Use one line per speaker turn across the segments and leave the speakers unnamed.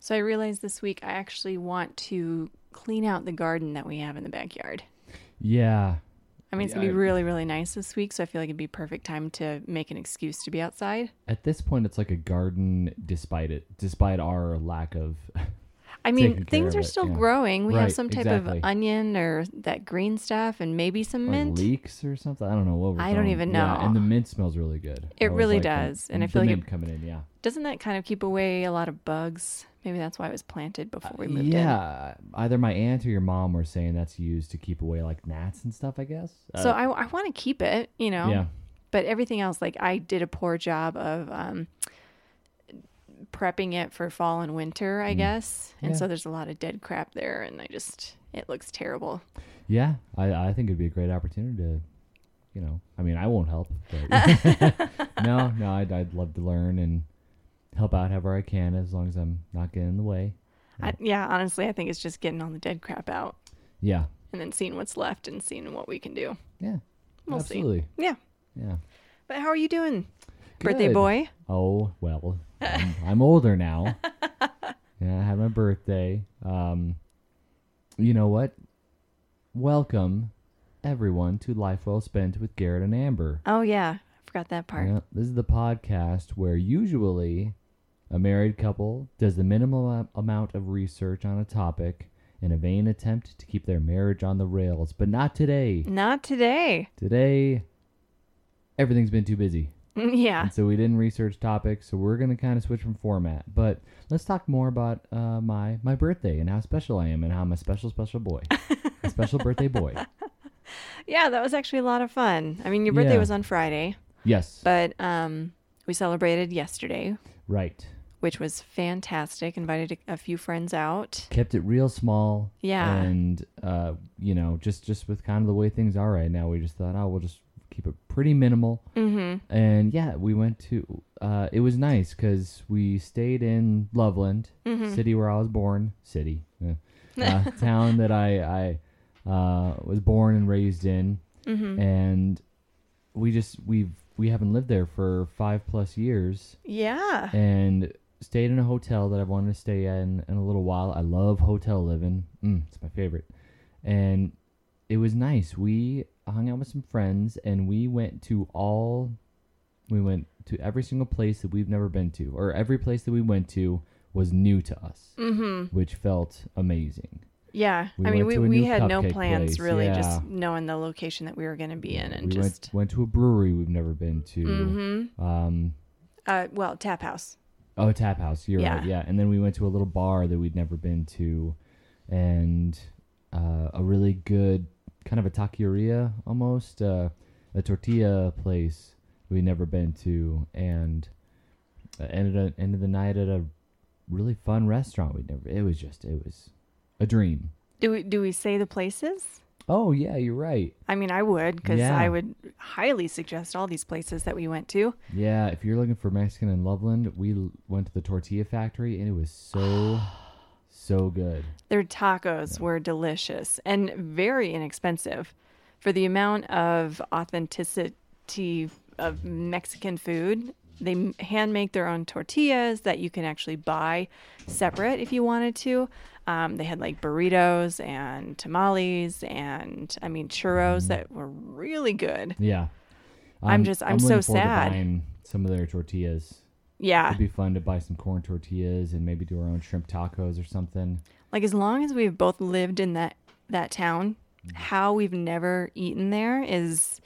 So I realized this week I actually want to clean out the garden that we have in the backyard.
Yeah.
I mean, it's
Yeah,
gonna be
I-
really, really nice this week, so I feel like it'd be perfect time to make an excuse to be outside.
At this point, it's like a garden, despite it, despite our lack of.
I
Taking
mean,
care
things are
of it,
still
yeah.
growing. We have
Right,
some type
exactly.
of onion or that green stuff, and maybe some
like,
mint.
leeks or something. I don't know what. We're
I don't
throwing.
even
Yeah, and
know.
the mint smells really good.
It
I always
really
like the-
does, and I
the
feel like it-
mint coming in. Yeah.
Doesn't that kind of keep away a lot of bugs? Maybe that's why it was planted before we moved in.
yeah. Either my aunt or your mom were saying that's used to keep away like gnats and stuff. I guess.
So
Uh,
I, I want to keep it, you know.
yeah.
But everything else, like I did a poor job of um, prepping it for fall and winter, I guess. And
Mm. Yeah.
so there's a lot of dead crap there, and I just it looks terrible.
Yeah, I, I think it'd be a great opportunity to, you know, I mean, I won't help. But no, no, I'd, I'd love to learn and help out however I can as long as I'm not getting in the way.
I, yeah, honestly, I think it's just getting all the dead crap out
Yeah,
and then seeing what's left and seeing what we can do.
yeah,
We'll see.
absolutely.
Yeah.
Yeah.
But how are you doing, birthday
Good.
boy?
Oh well, I'm, I'm older now. yeah, I had my birthday. Um, you know what? Welcome, everyone, to Life Well Spent with Garrett and Amber.
Oh yeah, I forgot that part.
Yeah, this is the podcast where usually a married couple does the minimal am- amount of research on a topic in a vain attempt to keep their marriage on the rails, but not today.
Not today.
Today, everything's been too busy.
yeah.
And so we didn't research topics, so we're going to kind of switch from format. But let's talk more about uh, my, my birthday and how special I am and how I'm a special, special boy. a special birthday boy.
Yeah, that was actually a lot of fun. I mean, your birthday
Yeah.
was on Friday,
Yes.
but um, we celebrated yesterday,
right.
which was fantastic. Invited a, a few friends out.
kept it real small.
Yeah.
And uh, you know, just just with kind of the way things are right now, we just thought, oh, we'll just keep it pretty minimal.
Mm-hmm.
And yeah, we went to. Uh, it was nice because we stayed in Loveland,
Mm-hmm.
city where I was born, city, eh. uh, town that I I uh, was born and raised in,
Mm-hmm.
and we just we've we haven't lived there for five plus years
Yeah.
and stayed in a hotel that I've wanted to stay in in a little while. I love hotel living. Mm, it's my favorite. And it was nice. We hung out with some friends and we went to all we went to every single place that we've never been to or every place that we went to was new to us,
Mm-hmm.
which felt amazing.
Yeah.
We
I mean,
went
we,
to a
we
new
had no
cupcake
plans
place,
really,
yeah.
just knowing the location that we were going to be in, and
we
just Mm-hmm.
went, went to a brewery we've never been to. Um
uh, well, tap house.
Oh, tap house. You're
Yeah.
right. Yeah. And then we went to a little bar that we'd never been to, and uh, a really good kind of a taqueria almost, uh, a tortilla place we'd never been to, and uh, ended up, ended the night at a really fun restaurant we'd never. It was just it was a dream.
Do we do we say the places?
Oh yeah, you're right.
I mean, I would because
Yeah.
I would highly suggest all these places that we went to.
Yeah, if you're looking for Mexican in Loveland, we l- went to the tortilla factory, and it was so so good.
Their tacos were delicious and very inexpensive for the amount of authenticity of Mexican food. They m- hand make their own tortillas that you can actually buy separate if you wanted to. Um, they had like burritos and tamales and I mean churros that were really good.
Yeah. Um,
I'm just- I'm so
looking forward to
sad.
buying some of their tortillas.
Yeah,
It'd be fun to buy some corn tortillas and maybe do our own shrimp tacos or something.
like as long as we've both lived in that that town how we've never eaten there is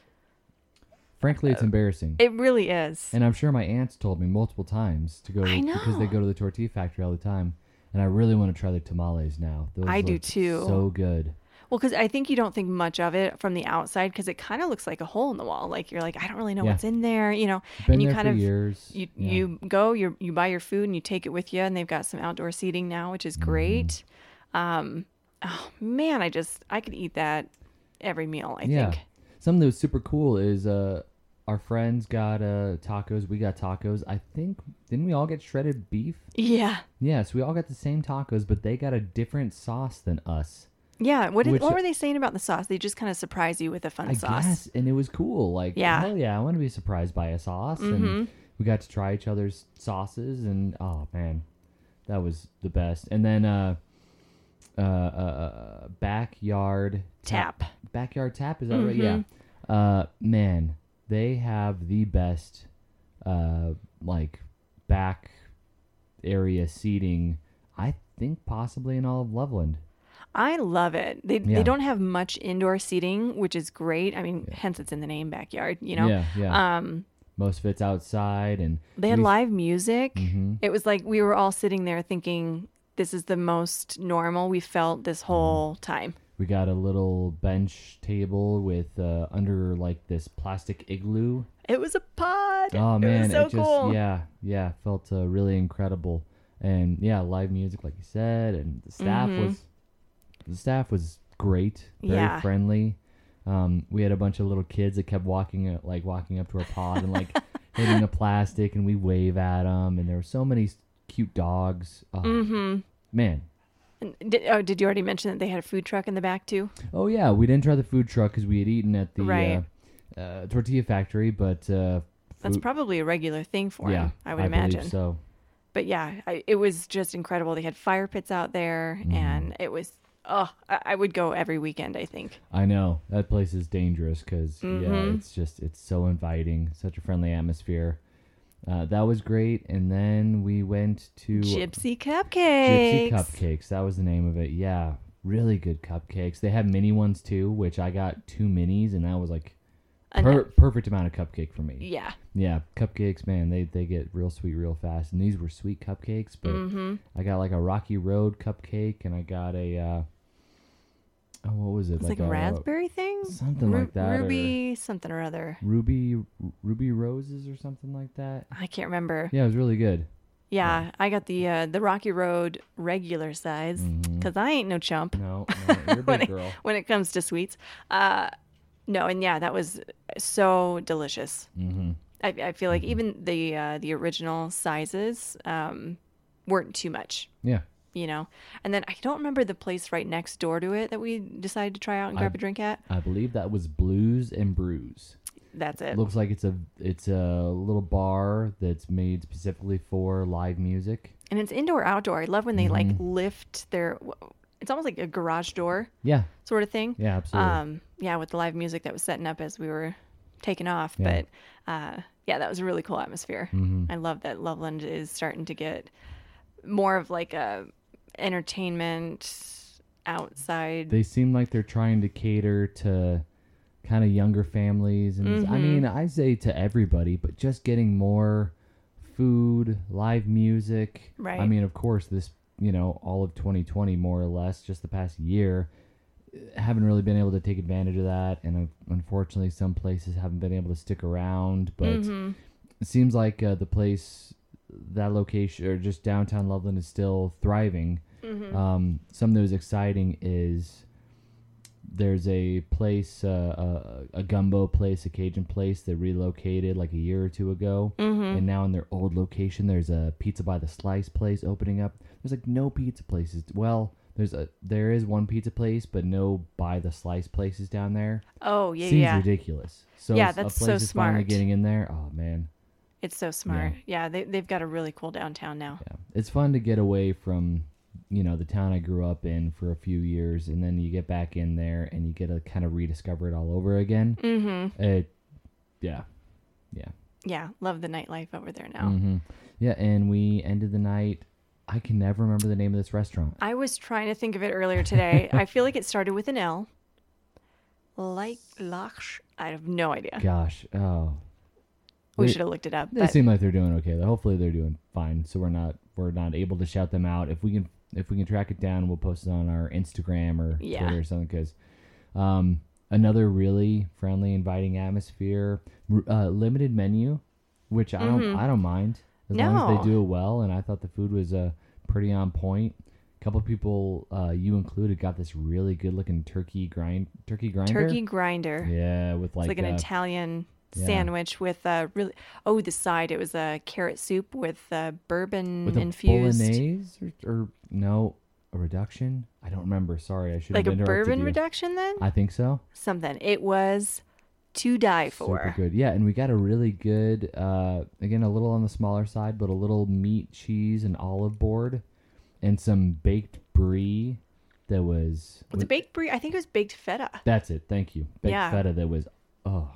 Frankly,
Uh,
it's embarrassing.
it really is
and I'm sure my aunts told me multiple times to go
I
because they
know.
go to the tortilla factory all the time. And I really want to try their tamales now. Those
I do
look
too.
So good.
well because i think you don't think much of it from the outside because it kind of looks like a hole in the wall like you're like i don't really know
Yeah.
what's in there you know
Been
and you
there
kind
for
of
years.
you
Yeah.
you go you you buy your food and you take it with you and they've got some outdoor seating now which is
Mm-hmm.
great um oh man i just i could eat that every meal i
yeah.
think
Something that was super cool is uh, our friends got uh, tacos. We got tacos. I think didn't we all get shredded beef?
yeah
Yes, we all got the same tacos, but they got a different sauce than us.
yeah what, did,
Which-
what were they saying about the sauce they just kind of surprise you with a fun
I
sauce
guess, and it was cool. Like,
Yeah. Mm-hmm.
hell yeah, I want to be surprised by a sauce, and we got to try each other's sauces, and oh man, that was the best. And then uh, uh, uh, uh backyard
Tap. Mm-hmm.
Backyard tap is that right? Yeah. Uh, man, they have the best uh like back area seating. I think possibly in all of Loveland.
I love it. They,
Yeah.
they don't have much indoor seating, which is great. I mean, hence it's in the name backyard, you know?
Yeah, yeah.
Um,
Most of it's outside, and
they had
we-
live music.
Mhm.
It was like we were all sitting there thinking, this is the most normal we felt this
Mm-hmm.
whole time.
We got a little bench table with uh, under like this plastic igloo.
It was a pod.
Oh
it
man,
was so
just
cool.
yeah, yeah, felt uh, really incredible. And yeah, live music like you said, and the staff was the staff was great, very
Mm-hmm. Yeah.
friendly. Um, we had a bunch of little kids that kept walking uh, like walking up to our pod and like hitting the plastic, and we wave at them. And there were so many s- cute dogs. Oh,
Mm-hmm.
Man,
And Did, oh, did you already mention that they had a food truck in the back too?
Oh yeah, we didn't try the food truck because we had eaten at the
Right.
uh, uh, tortilla factory, but uh,
That's
food-
probably a regular thing for
yeah,
them, I would
believe
imagine.
so.
But yeah, I, it was just incredible. They had fire pits out there,
Mm-hmm.
and it was oh, I, I would go every weekend. I think.
I know that place is dangerous because
Mm-hmm.
yeah, it's just it's so inviting, such a friendly atmosphere. Uh, that was great, and then we went to
Gypsy
Gypsy
cupcakes.
Cupcakes. That was the name of it. Yeah, really good cupcakes. They had mini ones too, which I got two minis, and that was like
An-
per- perfect amount of cupcake for me.
yeah,
Yeah, cupcakes, man, they they get real sweet real fast. And these were sweet cupcakes, but I got like a Rocky Road cupcake, and I got a uh, oh, what was it?
it's like, a raspberry thing,
something like that, or-
ruby something or other.
ruby ruby roses or something like that.
I can't remember.
Yeah, it was really good.
Yeah, I got the uh, the Rocky Road regular size
Mm-hmm.
because I ain't no chump.
No, no you're a
when,
big girl.
it, when it comes to sweets. Uh, no, and yeah, that was so delicious. Mm-hmm. I, I feel like
Mm-hmm.
even the uh, the original sizes um, weren't too much,
Yeah,
you know. And then I don't remember the place right next door to it that we decided to try out and grab a drink at.
I believe that was Blues and Brews.
That's it.
Looks like it's a it's a little bar that's made specifically for live music.
And it's indoor outdoor. I love when they like
Mm-hmm.
lift their. It's almost like a garage door
Yeah,
sort of thing.
yeah, absolutely.
Um, yeah, with the live music that was setting up as we were taking off.
Yeah. Mm-hmm.
But uh, yeah, that was a really cool atmosphere. I love that Loveland is starting to get more of like a entertainment outside.
they seem like they're trying to cater to kind of younger families and i mean i say to everybody but just getting more food live music i
Right.
mean of course this you know all of 2020 more or less just the past year eh, haven't really been able to take advantage of that and un- unfortunately some places haven't been able to stick around but it seems like uh, the place that location or just downtown Loveland is still thriving. Um, something that was exciting is there's a place, uh, a, a gumbo place, a Cajun place that relocated like a year or two ago,
Mm-hmm.
and now in their old location, there's a pizza by the slice place opening up. There's like no pizza places. Well, there's a there is one pizza place, but no by the slice places down there.
oh yeah,
Seems
yeah,
ridiculous. So
Yeah,
s-
that's
a
so
place is finally
smart.
getting in there. Oh man.
it's so smart. Yeah, they they've got a really cool downtown now.
Yeah. It's fun to get away from, you know, the town I grew up in for a few years and then you get back in there and you get to kind of rediscover it all over again. Mm-hmm. It, yeah. Yeah.
Yeah, love the nightlife over there now.
Mm-hmm. Yeah. And we ended the night. I can never remember the name of this restaurant.
I was trying to think of it earlier today. I feel like it started with an L. Like Lach, I have no idea.
Gosh. Oh.
we
They-
should have looked it up.
They
but-
seem like they're doing okay. though. Hopefully they're doing fine. So we're not we're not able to shout them out. If we can if we can track it down, we'll post it on our Instagram or
Yeah.
Twitter or something. Because um, another really friendly, inviting atmosphere, R- uh, limited menu, which I don't I don't mind as long as
Mm-hmm. No.
they do it well. And I thought the food was uh, pretty on point. A couple people, uh, you included, got this really good looking turkey grind turkey grinder.
Turkey grinder.
Yeah, with like,
It's like an
uh,
Italian
yeah.
sandwich with a really oh the side it was a carrot soup with uh bourbon
with
infused
a bolognese or, or no a reduction i don't remember sorry i should
like a
have interrupted
bourbon
you.
reduction then
i think so
something it was to die
super
for
good yeah and we got a really good uh again a little on the smaller side but a little meat cheese and olive board and some baked brie that was.
With the baked brie, I think it was baked feta
that's it. Thank you. Baked
Yeah.
feta that was oh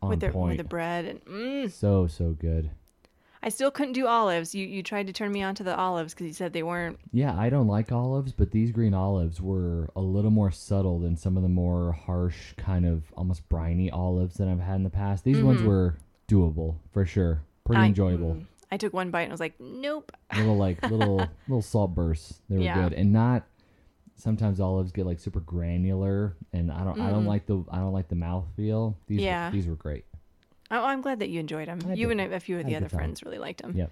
on
with the with
point.
the bread, and mm,
so so good.
I still couldn't do olives. You you tried to turn me on to the olives because you said they weren't.
Yeah, I don't like olives, but these green olives were a little more subtle than some of the more harsh, kind of almost briny olives that I've had in the past. These ones were doable for sure. Pretty
Mm-hmm. I-
enjoyable.
mm. I took one bite and was like, nope.
little like little little salt bursts. They were
Yeah.
good. And not sometimes olives get like super granular and I don't I don't like the I don't like the mouthfeel. These
Mm-hmm. Yeah.
were, these were great.
Oh, I'm glad that you enjoyed them.
I
you
did.
and a a few of
I
the
had a
other
good time.
friends really liked them.
Yep.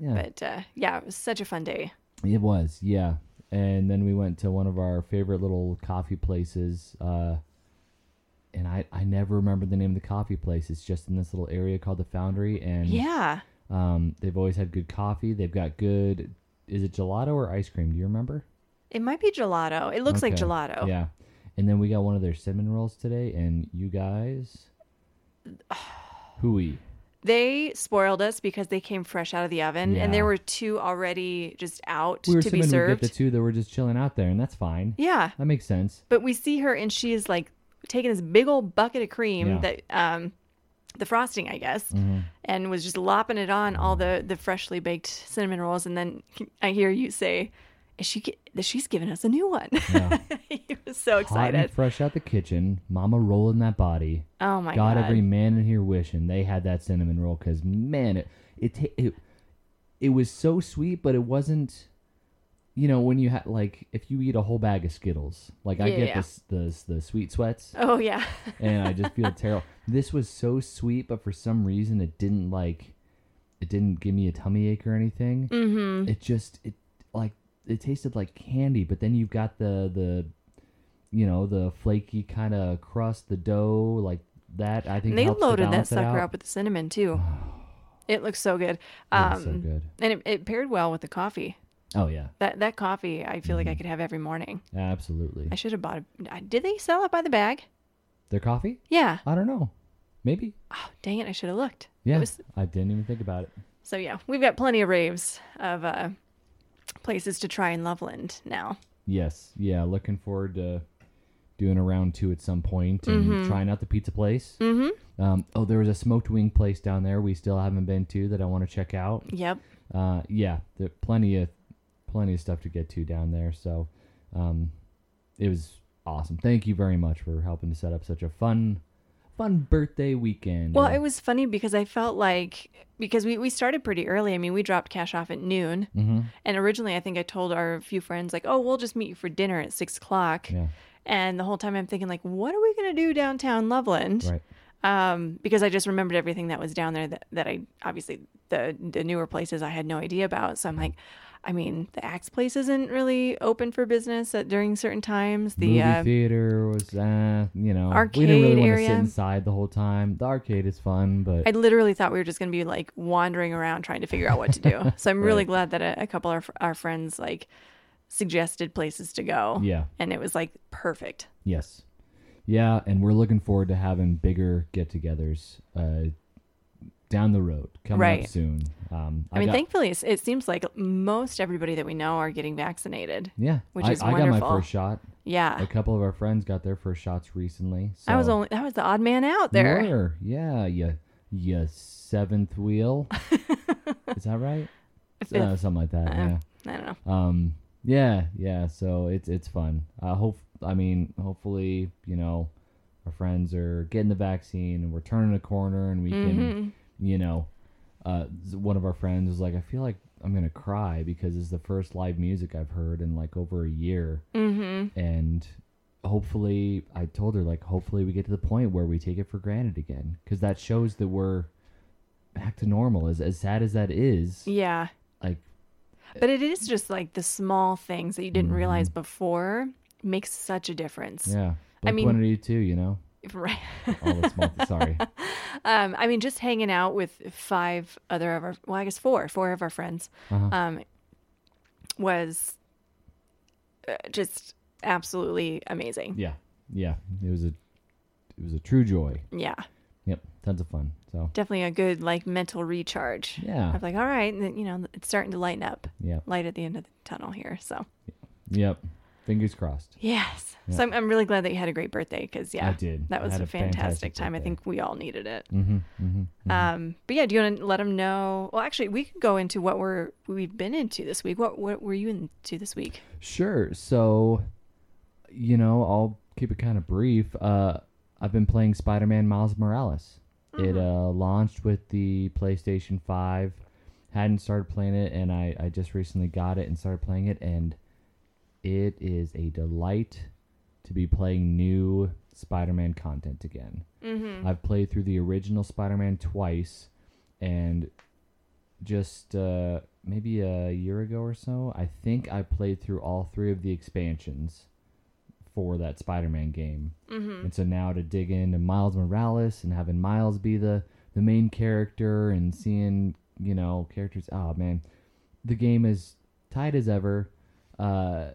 Yeah.
But uh, yeah, it was such a fun day.
It was, yeah. And then we went to one of our favorite little coffee places. Uh, and I, I never remember the name of the coffee place. It's just in this little area called the Foundry. And
Yeah.
um, they've always had good coffee. They've got good, is it gelato or ice cream? Do you remember?
It might be gelato. It looks like
Okay,
gelato.
Yeah. And then we got one of their cinnamon rolls today. And you guys, hooey.
They spoiled us because they came fresh out of the oven
Yeah.
and there were two already just out
We were
to be
assuming we get
served.
the two that were just chilling out there, and that's fine.
yeah.
That makes sense.
But we see her and she is like taking this big old bucket of cream
Yeah. Mm-hmm.
that um the frosting, I guess, and was just lopping it on all the the freshly baked cinnamon rolls and then I hear you say is she gi- she's giving us a new one.
Yeah.
he was so
Hot and
excited.
fresh out the kitchen, mama rolling that body.
Oh my
got
god.
every man in here wishing they had that cinnamon roll because man, it it, ta- it it was so sweet, but it wasn't. You know when you had like if you eat a whole bag of Skittles, like I
Yeah,
get
yeah.
the, s- the s- the sweet sweats,
oh yeah.
and I just feel terrible. This was so sweet, but for some reason it didn't like it didn't give me a tummy ache or anything. Mm-hmm. It just it like it tasted like candy, but then you've got the the you know the flaky kind of crust, the dough like that. I think
And they
helps to
loaded that
balance it
sucker
out.
up with the cinnamon too. it looks so good.
It
Um,
was so good.
And it, it paired well with the coffee.
Oh yeah,
That that coffee, I feel like
Mm-hmm.
I could have every morning.
absolutely.
I should have bought it. Did they sell it by the bag?
Their coffee?
Yeah.
I don't know. Maybe.
Oh, dang it! I should have looked. It
Yeah,
was-
I didn't even think about it.
so yeah, we've got plenty of raves of uh, places to try in Loveland now.
Yes, yeah. Looking forward to doing a round two at some point and
Mm-hmm.
trying out the pizza place. Mm-hmm. Um, oh, there was a smoked wing place down there we still haven't been to that I want to check out.
Yep.
Uh, yeah, there plenty of plenty of stuff to get to down there. So, um, it was awesome. Thank you very much for helping to set up such a fun, fun birthday weekend.
Well, it was funny because I felt like because we, we started pretty early. I mean, we dropped cash off at noon,
Mm-hmm,
and originally I think I told our few friends like, "Oh, we'll just meet you for dinner at six o'clock."
Yeah.
And the whole time I'm thinking like, "What are we gonna do downtown Loveland?"
right.
Um, because I just remembered everything that was down there that, that I obviously the the newer places I had no idea about. So I'm like, I mean, the Axe place isn't really open for business at, during certain times. The
movie
uh,
theater was, uh, you know, we
Arcade
didn't really want to
area.
sit inside the whole time. The arcade is fun, but
I literally thought we were just going to be like wandering around trying to figure out what to do. So I'm really glad that a, a couple of our, our friends like suggested places to go.
yeah,
And it was like perfect.
yes, yeah, and we're looking forward to having bigger get-togethers uh, down the road coming
Right.
up soon. Um,
I, mean,
got-
thankfully, it's, it seems like most everybody that we know are getting vaccinated.
yeah,
which
I,
is
I got
wonderful.
my first shot.
Yeah.
A couple of our friends got their first shots recently. So
I was only, I was the odd man out
You
there.
were, yeah, yeah, yeah, seventh wheel. is that right?
Fifth.
Uh, something like that. yeah.
I don't know.
um yeah yeah so it's it's fun i hope i mean hopefully you know our friends are getting the vaccine and we're turning a corner and we can
Mm-hmm.
you know uh s- one of our friends was like i feel like i'm gonna cry because it's the first live music i've heard in like over a year mm-hmm. and hopefully i told her like hopefully we get to the point where we take it for granted again because that shows that we're back to normal as, as sad as that is
Yeah.
like
But it is just like the small things that you
Mm-hmm.
didn't realize before makes such a difference.
yeah
I mean-
one eighty two, you know
Right.
all this month. Sorry.
Um, I mean, just hanging out with five other of our, well, I guess four, four of our friends,
Uh-huh.
um, was uh, just absolutely amazing.
Yeah, yeah. It was a, it was a true joy.
Yeah.
Yep, tons of fun. So
Definitely a good like mental recharge.
yeah,
Of like, all right, and then, you know, it's starting to lighten up.
yeah,
Light at the end of the tunnel here. So
yep. Fingers crossed.
yes.
Yeah.
So I'm, I'm really glad that you had a great birthday because yeah,
I did.
that
I
was
had
a fantastic, time. I
birthday.
think we all needed it.
Mhm, mhm, mhm.
Um, but yeah, do you want to let them know? Well, actually, we could go into what we're we've been into this week. What what were you into this week?
Sure. So, you know, I'll keep it kind of brief. Uh, I've been playing Spider Man Miles Morales. It uh, launched with the PlayStation 5. Hadn't started playing it, and I, I just recently got it and started playing it, and it is a delight to be playing new Spider Man content again.
Mm-hmm.
I've played through the original Spider-Man twice, and just uh, maybe a year ago or so, I think I played through all three of the expansions for that Spider-Man game.
Mm-hmm.
And so now to dig into Miles Morales and having Miles be the the main character and seeing you know characters. Oh man, the game is tight as ever. Uh,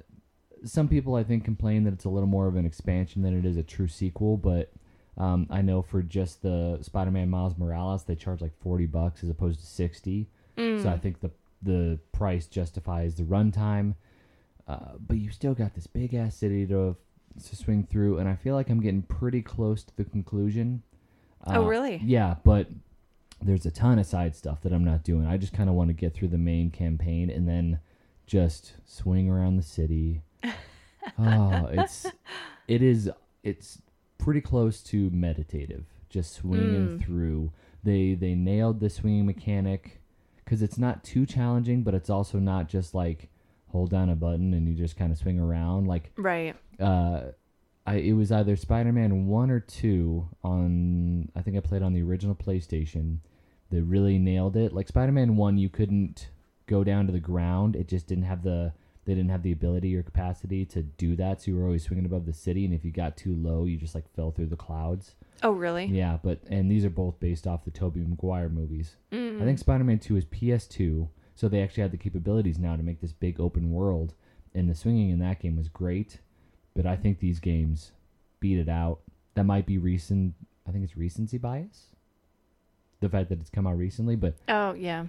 some people I think complain that it's a little more of an expansion than it is a true sequel, but um, I know for just the Spider-Man Miles Morales, they charge like forty bucks as opposed to sixty. So I think the the price justifies the runtime, uh, but you still got this big ass city to to swing through, and I feel like I'm getting pretty close to the conclusion.
Oh,
Uh,
really?
Yeah, but there's a ton of side stuff that I'm not doing. I just kind of want to get through the main campaign and then just swing around the city. oh, it's it is it's pretty close to meditative. Just swinging through. They they nailed the swinging mechanic because it's not too challenging, but it's also not just like hold down a button and you just kind of swing around. Like
Right.
uh, I it was either Spider Man one or two on I think I played on the original PlayStation that really nailed it. Like Spider Man one, you couldn't go down to the ground. It just didn't have the they didn't have the ability or capacity to do that. So you were always swinging above the city, and if you got too low, you just like fell through the clouds.
Oh, really?
Yeah, but and these are both based off the Tobey Maguire movies.
Mm.
I think Spider Man 2 is PS2, so they actually had the capabilities now to make this big open world, and the swinging in that game was great, but I think these games beat it out. That might be recent, I think it's recency bias. The fact that it's come out recently, but
Oh, yeah.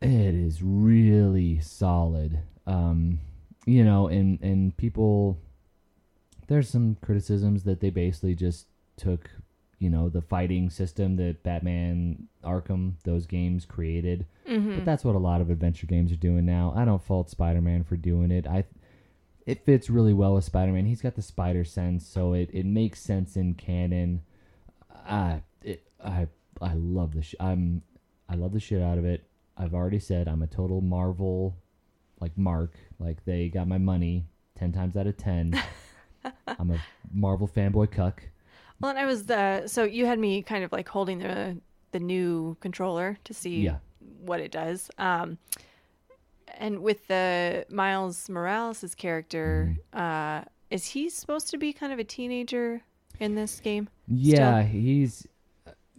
it is really solid. Um, you know, and and people, there's some criticisms that they basically just took, you know, the fighting system that Batman Arkham those games created.
Hmm. Mm-hmm.
But that's what a lot of adventure games are doing now. I don't fault Spider-Man for doing it. I it fits really well with Spider-Man. He's got the spider sense, so it it makes sense in canon. I it, I I love the sh- I'm I love the shit out of it. I've already said I'm a total Marvel like mark. Like they got my money 10 times out of 10. I'm a Marvel fanboy cuck.
Well, and I was the so you had me kind of like holding the the new controller to see
Yeah.
what it does. Um, and with the Miles Morales' character,
Mm-hmm.
uh, is he supposed to be kind of a teenager in this game?
Yeah, he's.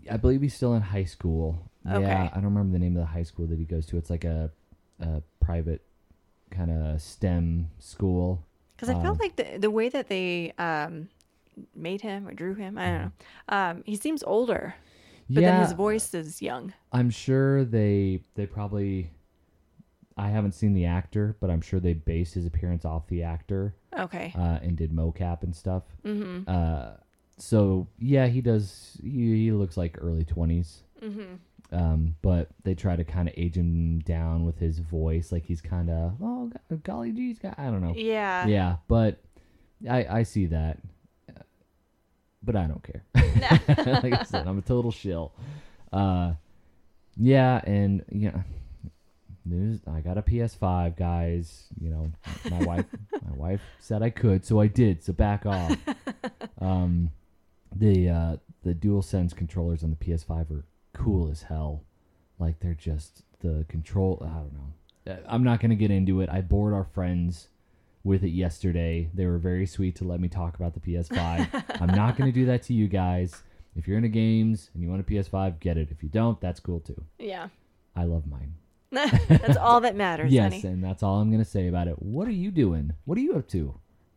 I believe he's still in high school.
Okay.
Yeah, I don't remember the name of the high school that he goes to. It's like a, a private kind of STEM school.
Because I
Um,
felt like the the way that they um, made him or drew him, I don't know. Um, he seems older, but
Mm-hmm. yeah,
then his voice is young.
I'm sure they they probably. I haven't seen the actor, but I'm sure they based his appearance off the actor
Okay.
uh, and did mocap and stuff.
Mm-hmm.
Uh, so yeah, he does. He, he looks like early twenties.
Mm-hmm.
um, but they try to kind of age him down with his voice, like he's kind of oh go- golly geez, go-" I don't know.
Yeah.
Oh. Yeah, but I I see that, Uh, but I don't care. like I said, I'm a total shill. Uh, yeah, and you know, there's I got a PS5, guys. You know, my wife my wife said I could, so I did. So back off. um, the uh, the DualSense controllers on the PS5 are cool as hell. Like they're just the control. I don't know. Uh, I'm not gonna get into it. I bored our friends with it yesterday. They were very sweet to let me talk about the PS5. I'm not gonna do that to you guys. If you're into games and you want a PS5, get it. If you don't, that's cool too.
Yeah.
I love mine.
That's all that matters,
yes,
honey.
and that's all I'm gonna say about it. What are you doing? What are you up to?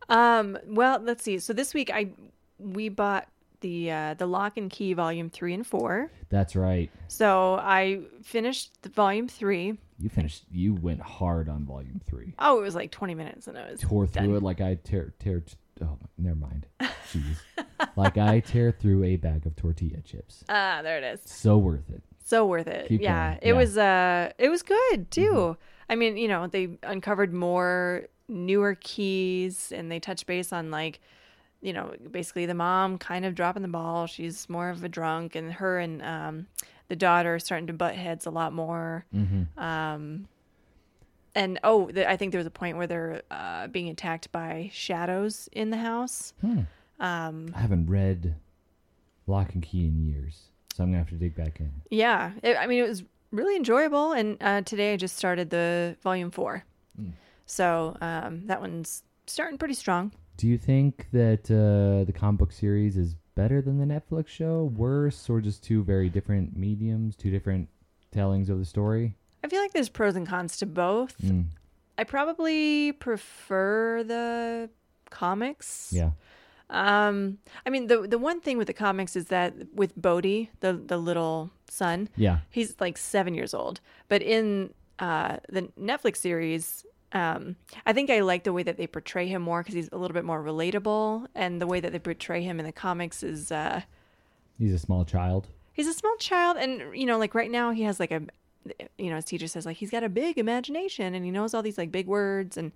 Um, well, let's see. So this week I we bought the uh, the Lock and Key Volume Three and Four.
That's right.
So I finished the Volume Three.
You finished. You went hard on volume three.
Oh, it was like twenty minutes, and I was
Tore through
Done.
it like I tear tear. Oh, never mind. Jeez. like I tear through a bag of tortilla chips.
ah, there it is.
So worth it.
So worth it.
Keep
yeah,
going.
it
Yeah. Mm-hmm.
was. Uh, it was good too. I mean, you know, they uncovered more newer keys, and they touched base on like, you know, basically the mom kind of dropping the ball. She's more of a drunk, and her and um, the daughter are starting to butt heads a lot more.
Mm-hmm.
Um, and oh, the, I think there was a point where they're uh, being attacked by shadows in the house.
Hmm.
Um,
I haven't read Lock and Key in years, so I'm gonna have to dig back in.
Yeah, it, I mean, it was really enjoyable, and uh, today I just started the volume four,
Mm.
so um, that one's starting pretty strong.
Do you think that uh, the comic book series is better than the Netflix show? Worse, or just two very different mediums, two different tellings of the story?
I feel like there's pros and cons to both.
Mm,
I probably prefer the comics.
yeah.
Um, I mean, the the one thing with the comics is that with Bodhi, the the little son,
Yeah.
he's like seven years old. But in uh, the Netflix series, um, I think I like the way that they portray him more because he's a little bit more relatable, and the way that they portray him in the comics is uh,
He's a small child.
he's a small child, and you know, like right now he has like a you know his teacher says like he's got a big imagination and he knows all these like big words and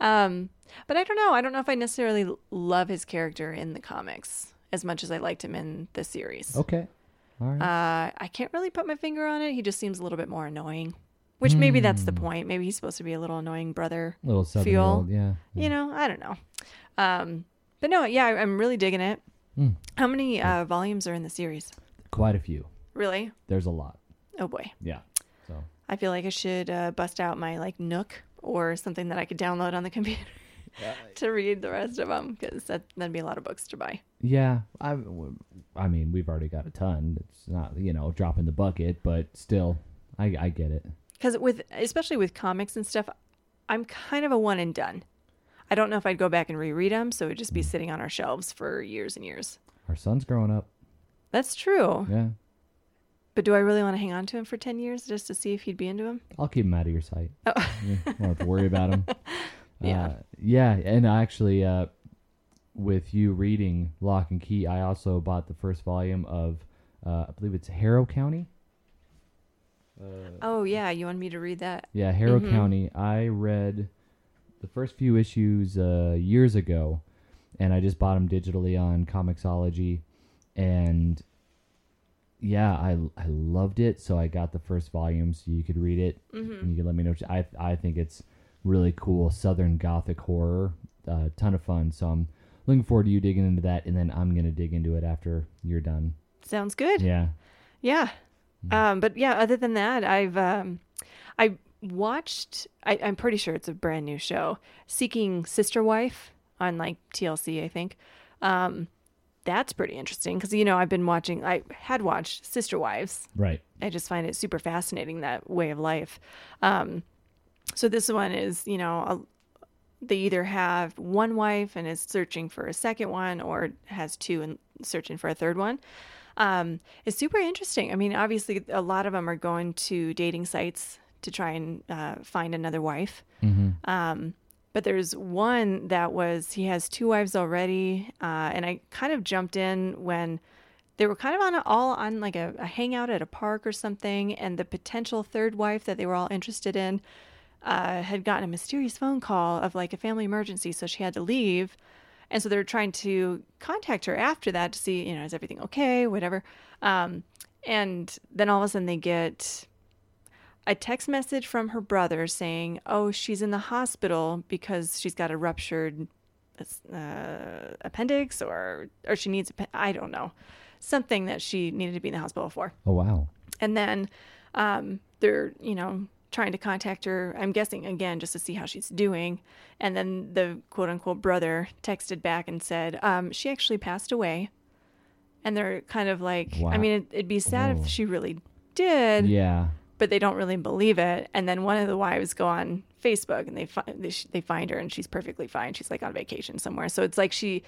um but i don't know i don't know if i necessarily l- love his character in the comics as much as i liked him in the series
Okay. All right.
uh, I can't really put my finger on it. He just seems a little bit more annoying, which maybe that's the point. Maybe he's supposed to be a little annoying brother.
Little seven year old. Yeah.
You know, I don't know. Um, but no, yeah, I, I'm really digging it.
Mm.
How many uh, volumes are in the series?
Quite a few.
Really?
There's a lot.
Oh boy,
Yeah. So
I feel like I should uh, bust out my like Nook or something that I could download on the computer to read the rest of them because that, that'd be a lot of books to buy.
yeah, I, I mean we've already got a ton. It's not you know dropping the bucket, but still, I I get it.
because with especially with comics and stuff i'm kind of a one and done i don't know if i'd go back and reread them so it'd just be sitting on our shelves for years and years
Our son's growing up.
that's true
Yeah.
but do i really want to hang on to him for 10 years just to see if he'd be into him
I'll keep him out of your sight.
Oh.
Yeah, I don't have to worry about him.
Yeah.
Uh, yeah, and actually, uh, with you reading Lock and Key, I also bought the first volume of, uh, I believe it's Harrow County.
oh yeah you want me to read that
Yeah, Harrow County. I read the first few issues uh, years ago, and I just bought them digitally on Comixology, and yeah, I I loved it. So I got the first volume, so you could read it, and you could let me know. what you- I I think it's really cool Southern Gothic horror, uh, ton of fun. So I'm looking forward to you digging into that, and then I'm gonna dig into it after you're done.
sounds good
Yeah,
Yeah. Um, but yeah, other than that, I've um, I watched. I, I'm pretty sure it's a brand new show, Seeking Sister Wife on like TLC, I think. Um, that's pretty interesting because you know I've been watching. I had watched Sister Wives.
right.
I just find it super fascinating that way of life. Um, so this one is, you know, a, they either have one wife and is searching for a second one, or has two and searching for a third one. Um, it's super interesting. I mean, obviously, a lot of them are going to dating sites to try and uh, find another wife. Um, but there's one that was he has two wives already, uh, and I kind of jumped in when they were kind of on a, all on like a, a hangout at a park or something, and the potential third wife that they were all interested in uh, had gotten a mysterious phone call of like a family emergency, so she had to leave. And so they're trying to contact her after that to see, you know, is everything okay, whatever. Um, and then all of a sudden they get a text message from her brother saying, "Oh, she's in the hospital because she's got a ruptured uh, appendix, or or she needs appe- I don't know something that she needed to be in the hospital for."
Oh wow.
And then um, they're you know trying to contact her. I'm guessing again just to see how she's doing. And then the quote unquote brother texted back and said, um, "She actually passed away." And they're kind of like,
Wow.
I mean, it, it'd be sad
Oh.
if she really did
Yeah.
but they don't really believe it. And then one of the wives go on Facebook and they find they, sh- they find her and she's perfectly fine. She's like on vacation somewhere. So it's like she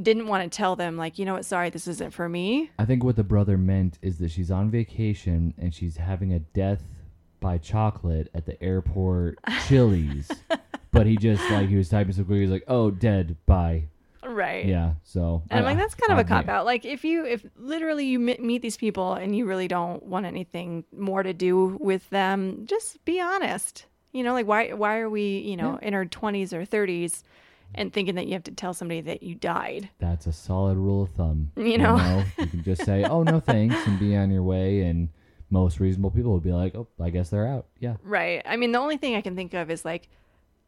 didn't want to tell them like, you know what, sorry, this isn't for me.
I think what the brother meant is that she's on vacation and she's having a death by chocolate at the airport Chili's. but he just like he was typing so quick, he was like, "Oh, dead by."
Right.
Yeah. So
And I'm
I-
like,
I-
that's kind of
I
a cop
think-
out. Like, if you, if literally you meet, meet these people and you really don't want anything more to do with them, just be honest. You know, like, why, why are we, you know, in our 20s or 30s and thinking that you have to tell somebody that you died?
That's a solid rule of thumb.
You know?
you can just say, "Oh, no, thanks," and be on your way. And most reasonable people would be like, "Oh, I guess they're out." Yeah.
Right. I mean, the only thing I can think of is like,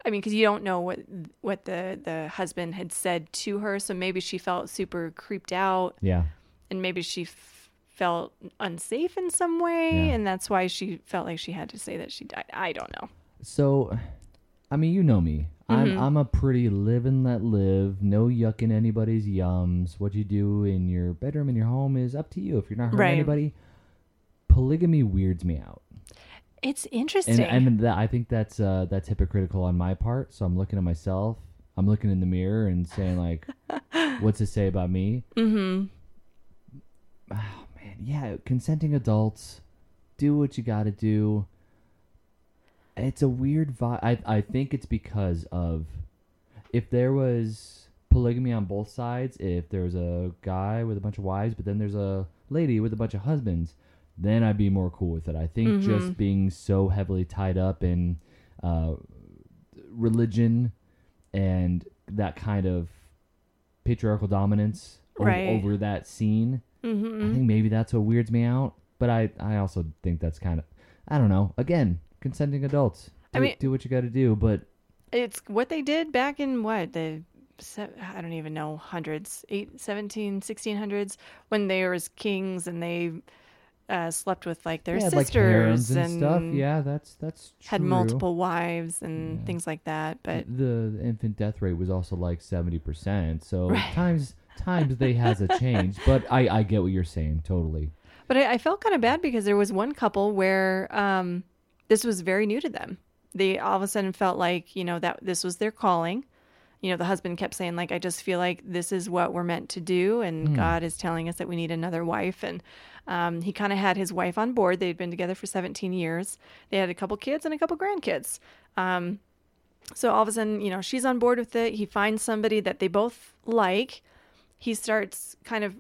I mean, because you don't know what what the the husband had said to her, so maybe she felt super creeped out,
Yeah.
and maybe she f- felt unsafe in some way,
Yeah.
and that's why she felt like she had to say that she died. I don't know.
So, I mean, you know me. I'm I'm a pretty live and let live. No yucking anybody's yums. What you do in your bedroom in your home is up to you. If you're not hurting
Right.
anybody, polygamy weirds me out.
It's interesting.
And and that, I think that's uh, that's hypocritical on my part. So I'm looking at myself. I'm looking in the mirror and saying like, "What's it say about me?" Mm-hmm. Oh man, yeah. Consenting adults, do what you got to do. It's a weird vibe. I I think it's because of if there was polygamy on both sides. If there was a guy with a bunch of wives, but then there's a lady with a bunch of husbands, then I'd be more cool with it. I think
Mm-hmm.
just being so heavily tied up in uh, religion and that kind of patriarchal dominance o-
Right. Mm-hmm.
over that scene. I think maybe that's what weirds me out. But I, I also think that's kind of, I don't know. Again, consenting adults.
I
Do,
mean-
do what you got to do. But
it's what they did back in what the se- I don't even know hundreds, eight, 17, 1600s when there was kings and they uh, slept with like their
yeah, like
sisters
harems and, stuff. Yeah, that's that's true.
had multiple wives and
Yeah.
things like that. But
the infant death rate was also like seventy percent. So
Right.
times times they has a change. But I I get what you're saying totally.
but I, I felt kind of bad because there was one couple where um, this was very new to them. They all of a sudden felt like you know that this was their calling. You know, the husband kept saying like, "I just feel like this is what we're meant to do, and God is telling us that we need another wife." And um, he kind of had his wife on board. They'd been together for 17 years. They had a couple kids and a couple grandkids. Um, So all of a sudden, you know, she's on board with it. He finds somebody that they both like. He starts kind of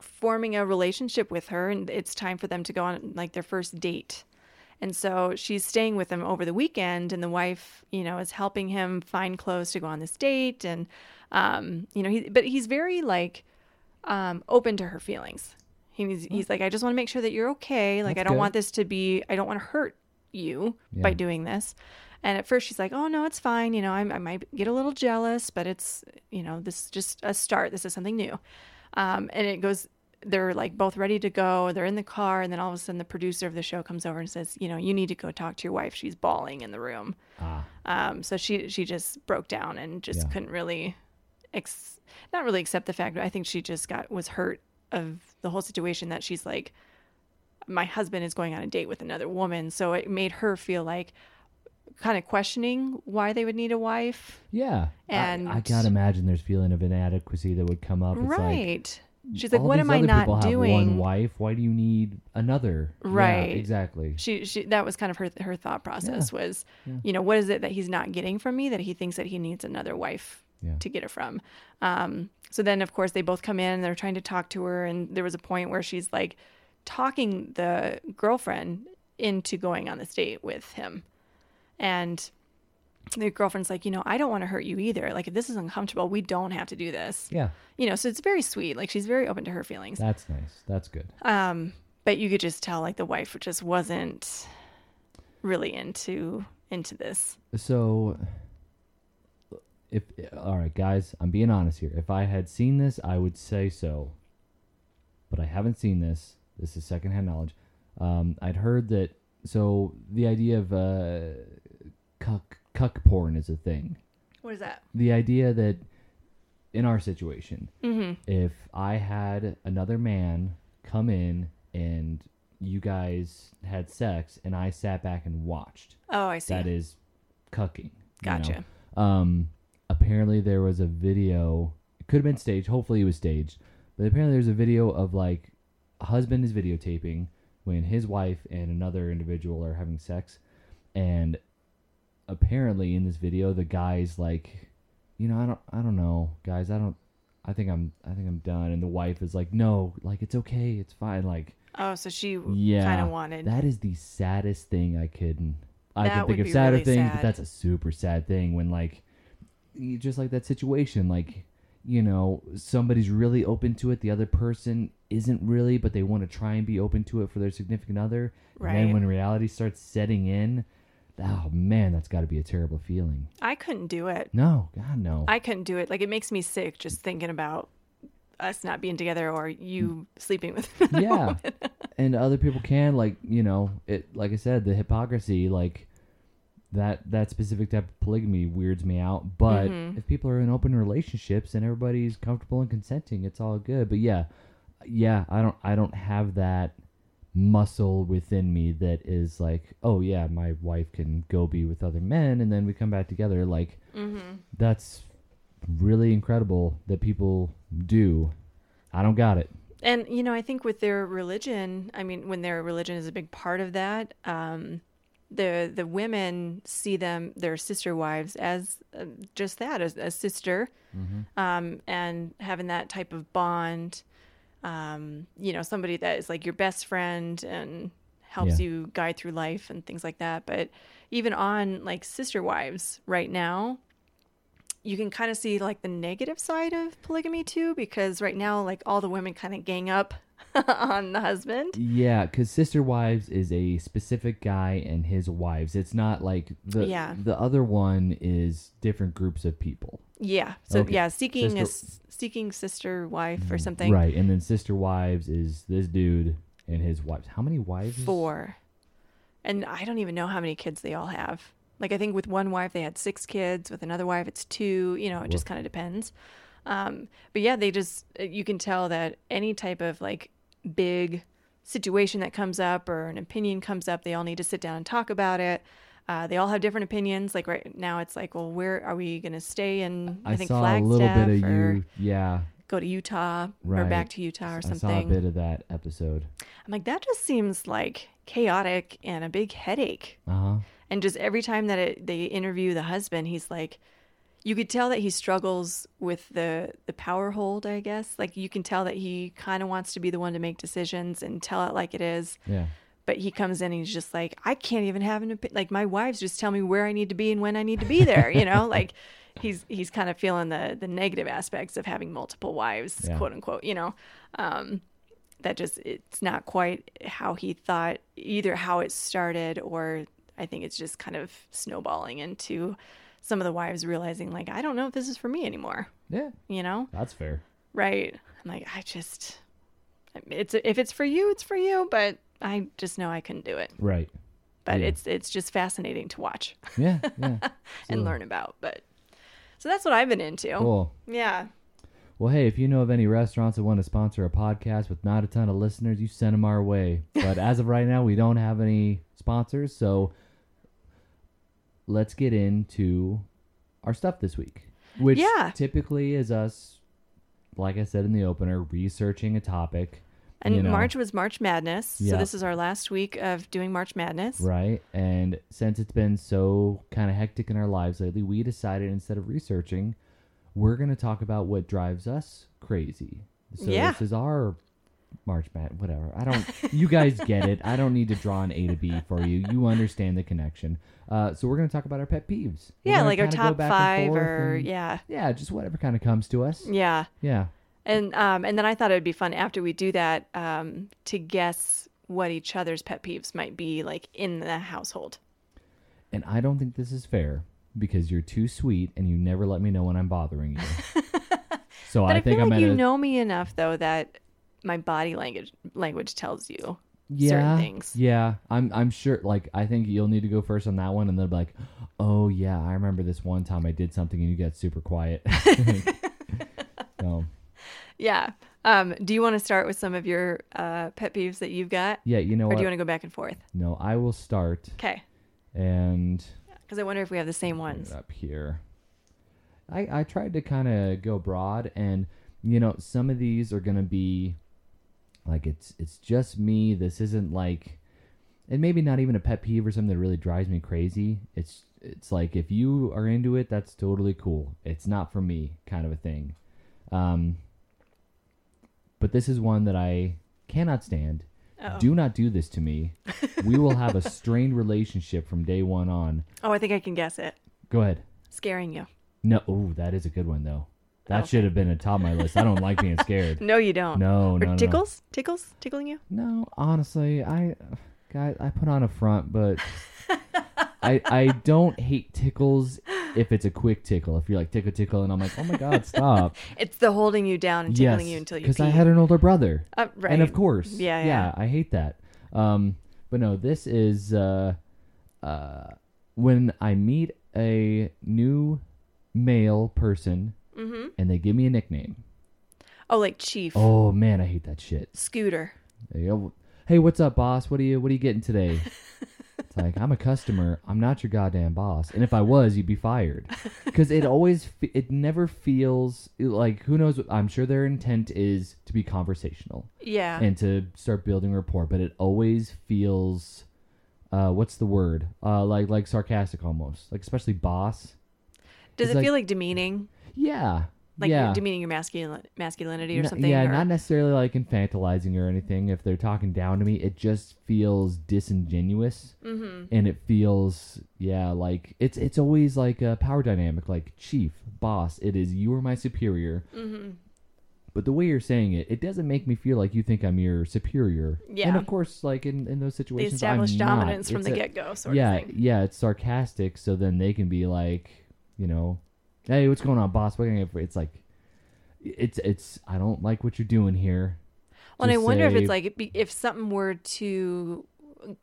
forming a relationship with her, and it's time for them to go on like their first date. And so she's staying with him over the weekend, and the wife, you know, is helping him find clothes to go on this date. And, um, you know, he, but he's very like um, open to her feelings. He's, he's like, I just want to make sure that you're okay. Like,
Hmm. That's
I don't
good.
want this to be, I don't want to hurt you by
Yeah.
doing this. And at first she's like, oh, no, it's fine. You know, I, I might get a little jealous, but it's, you know, this is just a start. This is something new. Um, and it goes, they're like both ready to go. They're in the car. And then all of a sudden the producer of the show comes over and says, you know, you need to go talk to your wife. She's bawling in the room.
Ah,
Um, so she, she just broke down and just
Yeah.
couldn't really, ex- not really accept the fact. But I think she just got, was hurt of the whole situation that she's like, my husband is going on a date with another woman. So it made her feel like kind of questioning why they would need a wife.
yeah. I-
And-
I, gotta imagine there's feeling of inadequacy that would come up. It's Like,
right. She's like,
all
what
these
am I
other people
not
have One
doing?
wife. Why do you need another? Yeah,
Right.
exactly.
She, she, that was kind of her, her thought process was, you know, what is it that he's not getting from me that he thinks that he needs another wife
Yeah.
to get it from? Um, so then of course they both come in and they're trying to talk to her. And there was a point where she's like talking the girlfriend into going on this date with him. And the girlfriend's like, you know, I don't want to hurt you either. Like if this is uncomfortable, we don't have to do this.
Yeah,
you know so it's very sweet like she's very open to her feelings
that's nice. That's good.
um but you could just tell like the wife just wasn't really into into this
So, if all right, guys, I'm being honest here. If I had seen this, I would say so, but I haven't seen this. This is secondhand knowledge. Um, I'd heard that. So the idea of uh, cuck cuck porn is a thing.
what is that
The idea that in our situation, if I had another man come in and you guys had sex and I sat back and watched,
oh i see
that is cucking. you know?
gotcha
Um, apparently there was a video could have been staged. Hopefully, it was staged. But apparently, there's a video of like a husband is videotaping when his wife and another individual are having sex, and apparently in this video, the guy's like, you know, I don't, I don't know, guys, I don't, I think I'm, I think I'm done. And the wife is like, no, like it's okay, it's fine, like.
Oh, so she
Yeah,
kind of wanted.
That is the saddest thing I could. I
That
can think
would
of
be
sadder
really
things, but
sad.
that's a super sad thing when like, you just like that situation, like you know somebody's really open to it, the other person isn't really, but they want to try and be open to it for their significant other. And
Right.
then when reality starts setting in, oh man, that's got to be a terrible feeling.
I couldn't do it.
No, God no.
I couldn't do it. Like it makes me sick just thinking about us not being together or you sleeping with.
yeah and other people can like you know it like i said the hypocrisy like that that specific type of polygamy weirds me out but if people are in open relationships and everybody's comfortable and consenting it's all good but yeah yeah i don't i don't have that muscle within me that is like oh yeah my wife can go be with other men and then we come back together like that's really incredible that people do i don't got it
and you know, I think with their religion, I mean, when their religion is a big part of that, um, the the women see them their sister wives as uh, just that as a sister, um, and having that type of bond. Um, you know, somebody that is like your best friend and helps
Yeah.
you guide through life and things like that. But even on like sister wives right now, you can kind of see like the negative side of polygamy too, because right now, like all the women kind of gang up on the husband.
Yeah, because Sister Wives is a specific guy and his wives. It's not like the
Yeah.
the other one is different groups of people,
Yeah. So
Okay.
yeah, seeking
Sister- Mm,
a s seeking sister wife or something.
right? And then Sister Wives is this dude and his wives. How many wives?
Four, and I don't even know how many kids they all have. Like I think with one wife they had six kids, with another wife it's two. You know, it just kind of depends. Um, but yeah, they just uh, you can tell that any type of like big situation that comes up or an opinion comes up, they all need to sit down and talk about it. Uh, they all have different opinions. Like right now, it's like, well, where are we going to stay? And I,
I,
think
saw a
Flagstaff
little bit of
or
you. Yeah,
go to Utah or
Right.
back to Utah or
I saw a
something.
bit of that episode.
I'm like, that just seems like chaotic and a big headache.
Uh huh.
And just every time that it, they interview the husband, he's like, you could tell that he struggles with the the power hold, I guess. Like you can tell that he kind of wants to be the one to make decisions and tell it like it is.
Yeah.
But he comes in and he's just like, I can't even have an opinion. Like my wives just tell me where I need to be and when I need to be there. You know, like he's he's kind of feeling the the negative aspects of having multiple wives,
Yeah.
quote unquote. You know, um, that just it's not quite how he thought either how it started or i think it's just kind of snowballing into some of the wives realizing like i don't know if this is for me anymore
Yeah,
you know
that's fair.
right i'm like i just it's if it's for you it's for you but i just know i couldn't do it
Right.
but
Yeah.
it's it's just fascinating to watch
Yeah. Yeah.
and learn about but so that's what i've been into
cool.
yeah
Well, hey, if you know of any restaurants that want to sponsor a podcast with not a ton of listeners, you send them our way. But as of right now, we don't have any sponsors, so let's get into our stuff this week, which
Yeah.
typically is us, like I said in the opener, researching a topic.
and
you know,
march was march madness
Yeah.
so this is our last week of doing march madness
Right. And since it's been so kind of hectic in our lives lately, we decided instead of researching, we're going to talk about what drives us crazy. So
Yeah.
this is our March Mat, whatever. I don't, you guys get it. I don't need to draw an A to B for you. You understand the connection. Uh, so we're going to talk about our pet peeves. We're
Yeah,
gonna
like our
kinda go
top
back and
five
forth
or
and-
yeah,
Yeah, just whatever kind of comes to us.
yeah.
Yeah.
And um, and then I thought it would be fun after we do that um, to guess what each other's pet peeves might be like in the household.
And I don't think this is fair because you're too sweet and you never let me know when I'm bothering you. So
But I,
I, think
feel
I'm
like
at
you
a,
know me enough though that my body language language tells you.
yeah,
certain things.
Yeah, I'm I'm sure. Like I think you'll need to go first on that one, and then be like, oh yeah, I remember this one time I did something and you got super quiet. so
Yeah. Um, do you want to start with some of your uh, pet peeves that you've got,
yeah, you know
or
what?
do you want to go back and forth?
no, I will start
Okay.
and
Because I wonder if we have the same
put it
ones.
up here. I, I tried to kind of go broad, and you know, some of these are gonna be like it's it's just me. This isn't like, and maybe not even a pet peeve or something that really drives me crazy. It's it's like if you are into it, that's totally cool. It's not for me, kind of a thing. Um, but this is one that I cannot stand.
Oh.
Do not do this to me. we will have a strained relationship from day one on.
oh, I think I can guess it.
Go ahead.
Scaring you.
No, ooh, that is a good one
Oh.
though. That should have been at top of my list. I don't like being scared.
No, you don't.
No,
Or
no, no.
tickles? Tickles? Tickling you?
No, honestly, I, guys, I put on a front, but I, I don't hate tickles if it's a quick tickle. If you're like tickle tickle, and I'm like, oh my god, stop.
It's the holding you down and tickling
yes,
you until you
because
pee.
I had an older brother.
Uh, right.
And of course,
Yeah, yeah.
yeah, I hate that. Um, but no, this is uh, uh, when I meet a new male person
Mm-hmm.
and they give me a nickname.
Oh, like chief.
Oh man, I hate that shit.
Scooter.
They go, Hey, what's up, boss? What are you What are you getting today? it's like I'm a customer. I'm not your goddamn boss. And if I was, you'd be fired. Because it always, fe- it never feels like who knows. I'm sure their intent is to be conversational
Yeah.
and to start building rapport, but it always feels, uh, what's the word? Uh, like like sarcastic almost. Like especially boss.
Does it
it's like-
feel like demeaning?
Yeah.
Like
yeah.
you're demeaning your masculin- masculinity or
No-
something?
Yeah,
or-
not necessarily like infantilizing or anything. If they're talking down to me, it just feels disingenuous,
Mm-hmm.
and it feels yeah like it's it's always like a power dynamic, like chief, boss. It is you are my superior.
Mm-hmm.
But the way you're saying it, it doesn't make me feel like you think I'm your superior.
Yeah.
and of course, like in, in those
the
situations,
established
I'm not.
dominance from
It's
the
a-
get go sort
yeah,
of thing.
yeah, it's sarcastic. So then they can be like, you know, hey, what's going on, boss? What can I get for-" It's like, it's it's. I don't like what you're doing here.
Well, and I
Just
wonder if
say-
it's like be- if something were to,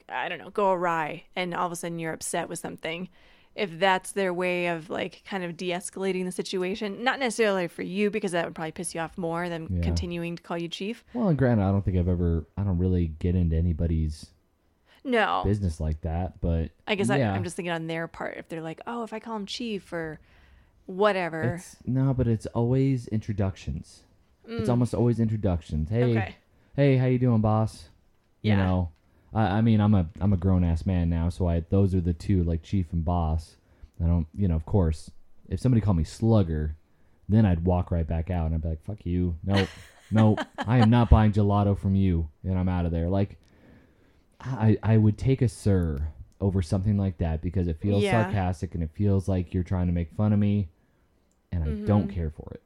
I don't know, go awry, and all of a sudden you're upset with something. If that's their way of like kind of de-escalating the situation, not necessarily for you because that would probably piss you off more than
Yeah.
continuing to call you chief.
Well, and granted, I don't think I've ever. I don't really get into anybody's
No,
business like that. But
I guess
yeah,
I, I'm just thinking on their part. If they're like, oh, if I call him chief or whatever,
It's, no, but it's always introductions. It's almost always introductions. Hey,
Okay.
hey, how you doing, boss? You
Yeah.
know, I, I mean, I'm a I'm a grown ass man now, so I those are the two like chief and boss. I don't, you know, of course, if somebody called me slugger, then I'd walk right back out and I'd be like, fuck you, no, no, I am not buying gelato from you, and I'm out of there. Like, I I would take a sir over something like that because it feels
Yeah.
sarcastic and it feels like you're trying to make fun of me, and I don't
Mm-hmm.
care for it.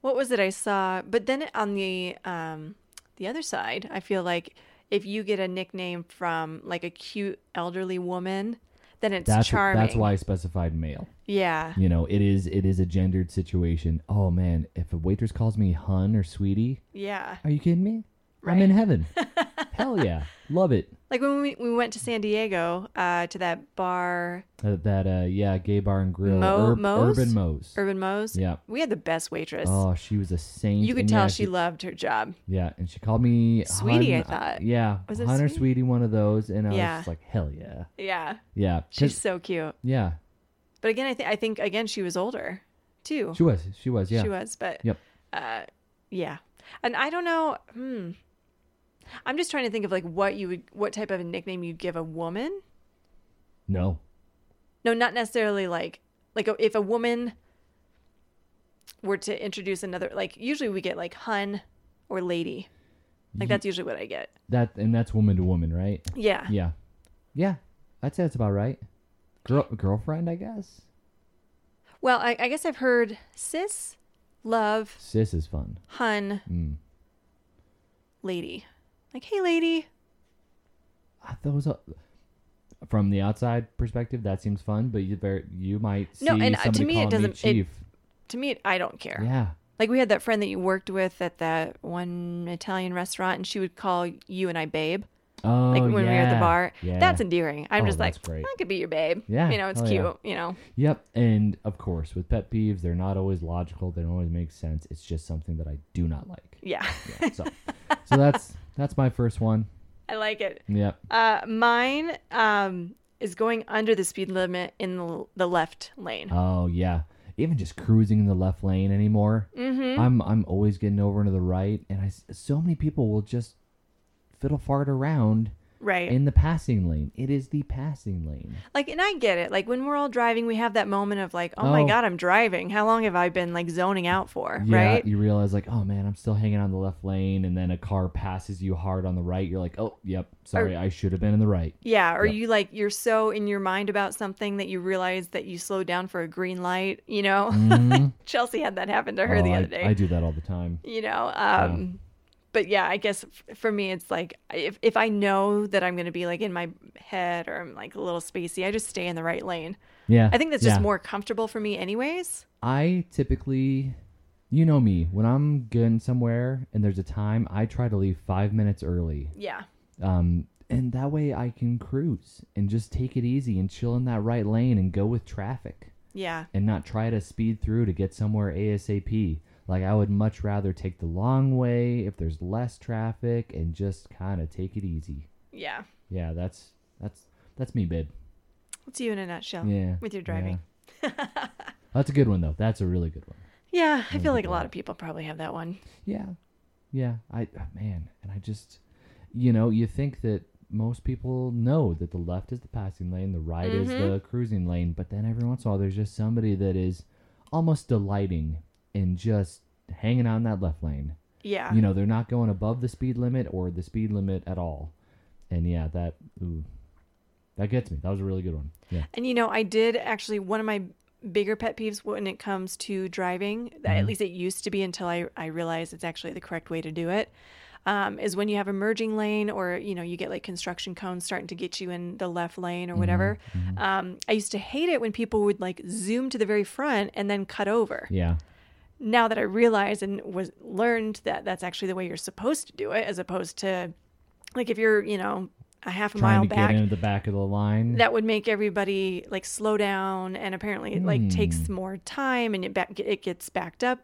what was it I saw? But then on the um, the other side, I feel like if you get a nickname from like a cute elderly woman, then it's
That's
charming.
that's why I specified male.
Yeah.
you know it is it is a gendered situation oh man if a waitress calls me hun or sweetie
Yeah.
are you kidding me i'm
Right.
in heaven hell yeah love it
Like when we, we went to San Diego uh, to that bar,
Uh, that uh yeah gay bar and grill
Mo- Moe's?
urban mo's
Urban Moe's.
Yeah.
We had the best waitress.
oh she was a saint
you could
and
tell
yeah,
she loved her job.
yeah and she called me
Sweetie,
hun,
I thought.
yeah
Was it
hun or
Sweetie?
sweetie one of those and i
Yeah.
was just like hell yeah
Yeah.
yeah 'Cause-
She's so cute.
yeah
But again, I think I think again she was older too.
she was she was yeah
she was but
Yep.
uh, yeah and i don't know hmm i'm just trying to think of like what you would what type of a nickname you'd give a woman
no
no not necessarily like like oh, if a woman were to introduce another like usually we get like hun or lady like that's usually what i get
that and that's woman to woman right
yeah
yeah yeah i'd say that's about right Girl, girlfriend i guess
well I, I guess i've heard sis love
sis is fun
hun
Mm.
lady like hey lady
I- Ah, Those are, from the outside perspective, that seems fun, but you ver- you might see
No, and, uh, to
somebody
me, it
calling
doesn't-
me
it-
chief.
to me i don't care
yeah,
Like we had that friend that you worked with at that one Italian restaurant, and she would call you and I babe.
oh
Like when we were at the
yeah,
bar,
yeah.
that's endearing. I'm
Oh,
just like,
that's great.
I could be your babe.
Yeah.
you know, it's
Oh,
cute.
yeah.
You know,
yep. And of course, with pet peeves, they're not always logical. They don't always make sense. It's just something that I do not like.
yeah,
Yeah, so, so that's that's my first one.
I like it.
Yep.
Uh, mine um, is going under the speed limit in the, the left lane.
Oh yeah. even just cruising in the left lane anymore.
Mm-hmm.
I'm I'm always getting over into the right, and I s- so many people will just fiddle fart around
Right.
in the passing lane. It is the passing lane.
like, and I get it. Like, when we're all driving, we have that moment of like, oh, my
Oh.
God, I'm driving. How long have I been like zoning out for?
Yeah,
right.
you realize like, oh man, I'm still hanging on the left lane, and then a car passes you hard on the right. You're like, oh, yep, sorry, I should have been in the right.
Yeah, or
Yep.
you like you're so in your mind about something that you realize that you slowed down for a green light. You know,
Mhm.
Chelsea had that happen to her
Oh,
the
I-
other day.
I do that all the time.
You know, um, but yeah, I guess f- for me it's like if if I know that I'm gonna be like in my head or I'm like a little spacey, I just stay in the right lane.
Yeah,
I think that's just
yeah.
more comfortable for me, anyways.
I typically, you know me, when I'm going somewhere and there's a time, I try to leave five minutes early.
Yeah,
Um, and that way I can cruise and just take it easy and chill in that right lane and go with traffic
yeah,
and not try to speed through to get somewhere ASAP. Like, I would much rather take the long way if there's less traffic and just kind of take it easy.
yeah.
Yeah, that's that's that's me, babe.
That's you in a nutshell
Yeah.
Oh, with your
yeah.
driving.
that's a good one though. That's a really good one.
Yeah, I feel
Yeah, good
like a lot
one.
of people probably have that one.
Yeah. Yeah. I ah, man, and I just you know, you think that most people know that the left is the passing lane, the right is
Mhm.
the cruising lane, but then every once in a while there's just somebody that is almost delighting in just hanging out in that left lane.
Yeah,
You know, they're not going above the speed limit or the speed limit at all. And yeah, that ooh that gets me. That was a really good one. Yeah.
And you know, I did actually one of my bigger pet peeves when it comes to driving, that at
Mhm.
least it used to be until I, I realized it's actually the correct way to do it, um, is when you have a merging lane or, you know, you get like construction cones starting to get you in the left lane or whatever.
Mm-hmm.
Um, I used to hate it when people would like zoom to the very front and then cut over.
Yeah.
Now that I realize and was learned that that's actually the way you're supposed to do it, as opposed to like if you're, you know, a half a
Trying
mile
to
back
get into the back of the line.
that would make everybody like slow down and apparently it like takes
Hmm.
more time and it back it gets backed up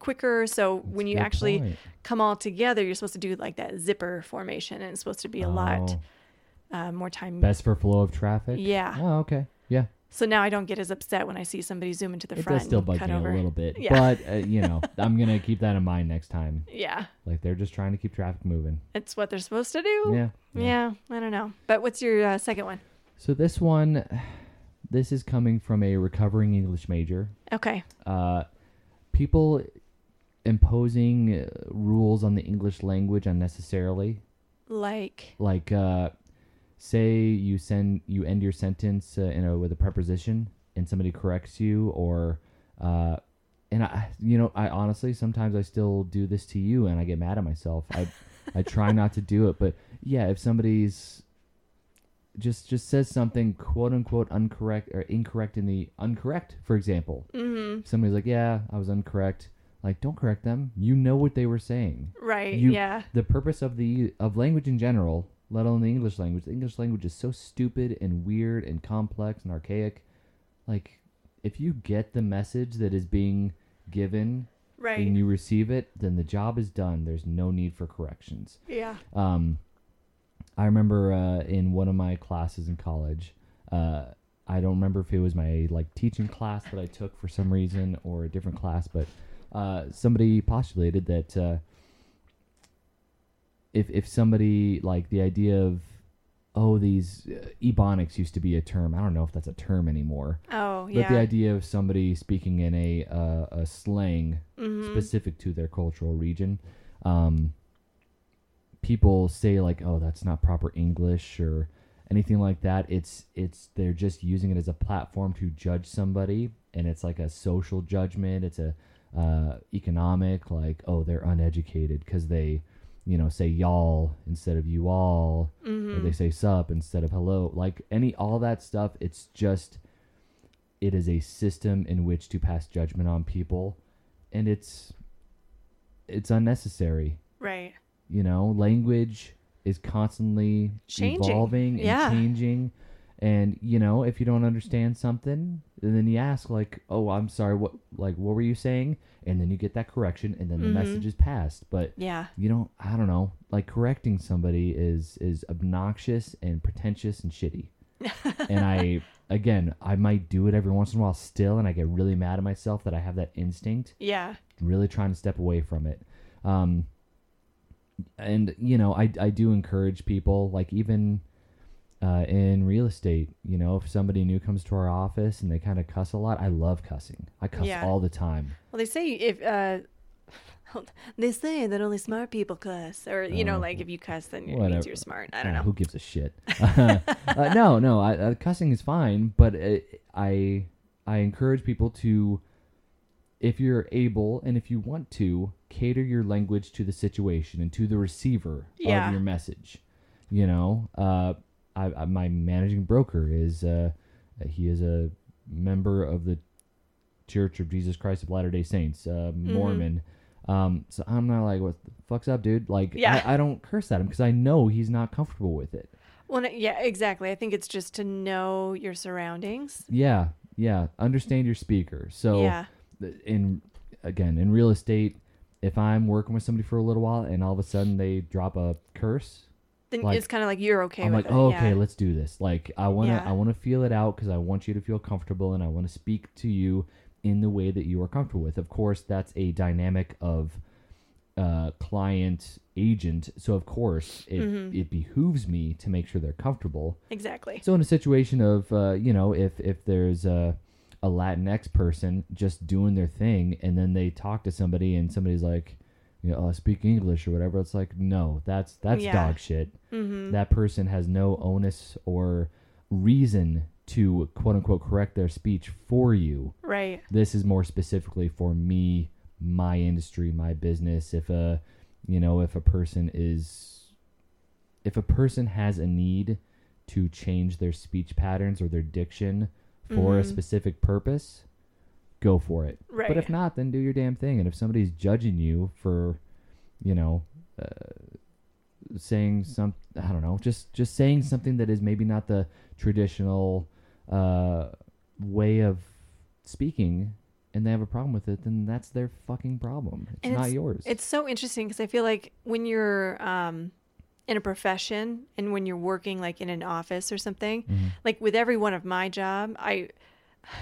quicker so when you
good
actually
point.
come all together you're supposed to do like that zipper formation and it's supposed to be a lot
Oh,
uh, more time
best for flow of traffic.
Yeah.
Oh, okay. Yeah.
so now i don't get as upset when i see somebody zoom into the
it
front
does still
and
bug
cut
me
over
a little bit
Yeah.
but uh, you know i'm gonna keep that in mind next time
yeah
like they're just trying to keep traffic moving
it's what they're supposed to do
yeah,
Yeah, i don't know but what's your uh, second one
so this one this is coming from a recovering english major
okay
uh, people imposing uh, rules on the english language unnecessarily
like
like uh, say you send you end your sentence uh, you know with a preposition and somebody corrects you or uh, and i you know i honestly sometimes i still do this to you and i get mad at myself i i try not to do it but yeah if somebody's just just says something quote unquote uncorrect or incorrect in the uncorrect for example
mm,
somebody's like yeah i was incorrect like don't correct them you know what they were saying
right
You-
yeah
the purpose of the of language in general, let alone the English language. The English language is so stupid and weird and complex and archaic. Like, if you get the message that is being given
right
and you receive it, then the job is done. There's no need for corrections.
yeah
Um, I remember uh, in one of my classes in college, uh, I don't remember if it was my like teaching class that I took for some reason or a different class, but uh, somebody postulated that uh, if if somebody like the idea of oh these uh, ebonics used to be a term, I don't know if that's a term anymore,
oh
but
yeah
the idea of somebody speaking in a uh, a slang
Mhm.
specific to their cultural region. Um, people say like, "Oh, that's not proper English" or anything like that. It's it's they're just using it as a platform to judge somebody, and it's like a social judgment. It's a uh, economic like, "Oh, they're uneducated because they, you know, say y'all instead of you all."
Mhm.
or they say sup instead of hello like any all that stuff it's just it is a system in which to pass judgment on people and it's it's unnecessary
right
you know language is constantly
Changing.
evolving and
Yeah.
changing and you know if you don't understand something and then you ask like oh i'm sorry what like what were you saying and then you get that correction and then
Mhm.
the message is passed but
yeah
you don't i don't know like correcting somebody is is obnoxious and pretentious and shitty and i again, I might do it every once in a while still, and I get really mad at myself that I have that instinct.
Yeah.
Really trying to step away from it. Um, and you know, I I do encourage people, like even uh, in real estate, you know, if somebody new comes to our office and they kind of cuss a lot, I love cussing. I cuss
Yeah.
all the time.
Well, they say if uh, they say that only smart people cuss, or you know,
Oh.
like if you cuss, then it means
Whatever.
you're smart. I don't
Uh,
know.
Who gives a shit? uh, no, no. I, uh, cussing is fine, but it, I I encourage people to, if you're able and if you want to, cater your language to the situation and to the receiver
Yeah.
of your message. You know, uh, I, I, my managing broker is uh, he is a member of the Church of Jesus Christ of Latter Day Saints, uh,
Mm-hmm.
Mormon. Um, so I'm not like, what the fuck's up, dude? Like,
Yeah.
I, I don't curse at him because I know he's not comfortable with it.
Well, no- yeah, exactly. I think it's just to know your surroundings.
Yeah, yeah. Understand your speaker. So,
Yeah.
th- in again in real estate, if I'm working with somebody for a little while and all of a sudden they drop a curse,
Then
like-
it's kind of like you're okay
I'm
with
like,
it.
oh,
yeah.
okay, let's do this. Like, I wanna,
Yeah.
I wanna feel it out because I want you to feel comfortable and I want to speak to you in the way that you are comfortable with. Of course, that's a dynamic of uh, client agent. So of course, it
Mm-hmm.
it behooves me to make sure they're comfortable.
exactly.
So in a situation of, uh, you know, if if there's a a Latinx person just doing their thing and then they talk to somebody and somebody's like, you know, oh, speak English or whatever, it's like, no, that's that's
Yeah.
dog shit
Mm-hmm.
that person has no onus or reason to quote unquote correct their speech for you.
Right.
This is more specifically for me, my industry, my business. If a, you know, if a person is, if a person has a need to change their speech patterns or their diction for a specific purpose, go for it.
Right.
But if not, then do your damn thing. And if somebody's judging you for, you know, uh, saying some, I don't know, just just saying something that is maybe not the traditional uh, way of speaking, and they have a problem with it, then that's their fucking problem. It's
And
not
it's-
yours.
It's so interesting because I feel like when you're um, in a profession and when you're working like in an office or something,
Mm-hmm.
like with every one of my job, I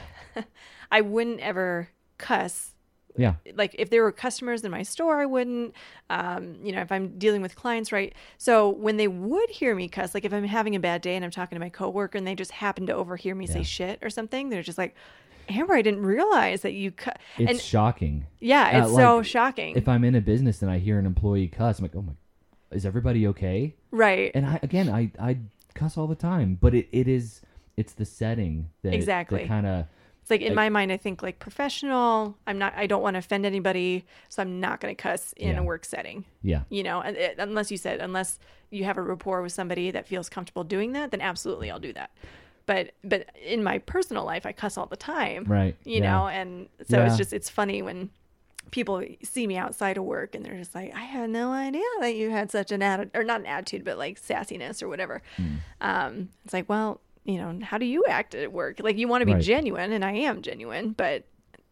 I wouldn't ever cuss.
yeah,
Like if there were customers in my store, I wouldn't. Um, you know, if I'm dealing with clients, right? So when they would hear me cuss, like if I'm having a bad day and I'm talking to my coworker and they just happen to overhear me say
Yeah.
shit or something, they're just like, "Amber, I didn't realize that you cut."
it's
And
shocking.
yeah,
uh,
it's so
like,
shocking.
If I'm in a business and I hear an employee cuss, I'm like, oh my, is everybody okay?
right.
and I again I I cuss all the time, but it, it is it's the setting that
Exactly.
kind of
It's like in
Like-
my mind, I think like professional. I'm not. I don't want to offend anybody, so I'm not going to cuss in
Yeah.
a work setting.
yeah
You know, and it, unless you said unless you have a rapport with somebody that feels comfortable doing that, then absolutely I'll do that. But but in my personal life, I cuss all the time.
right
You
yeah.
know, and so
Yeah.
it's just it's funny when people see me outside of work and they're just like, I had no idea that you had such an attitude, or not an attitude, but like sassiness or whatever.
Mm.
Um, it's like, well, you know, how do you act at work? Like, you want to be
Right.
genuine, and I am genuine, but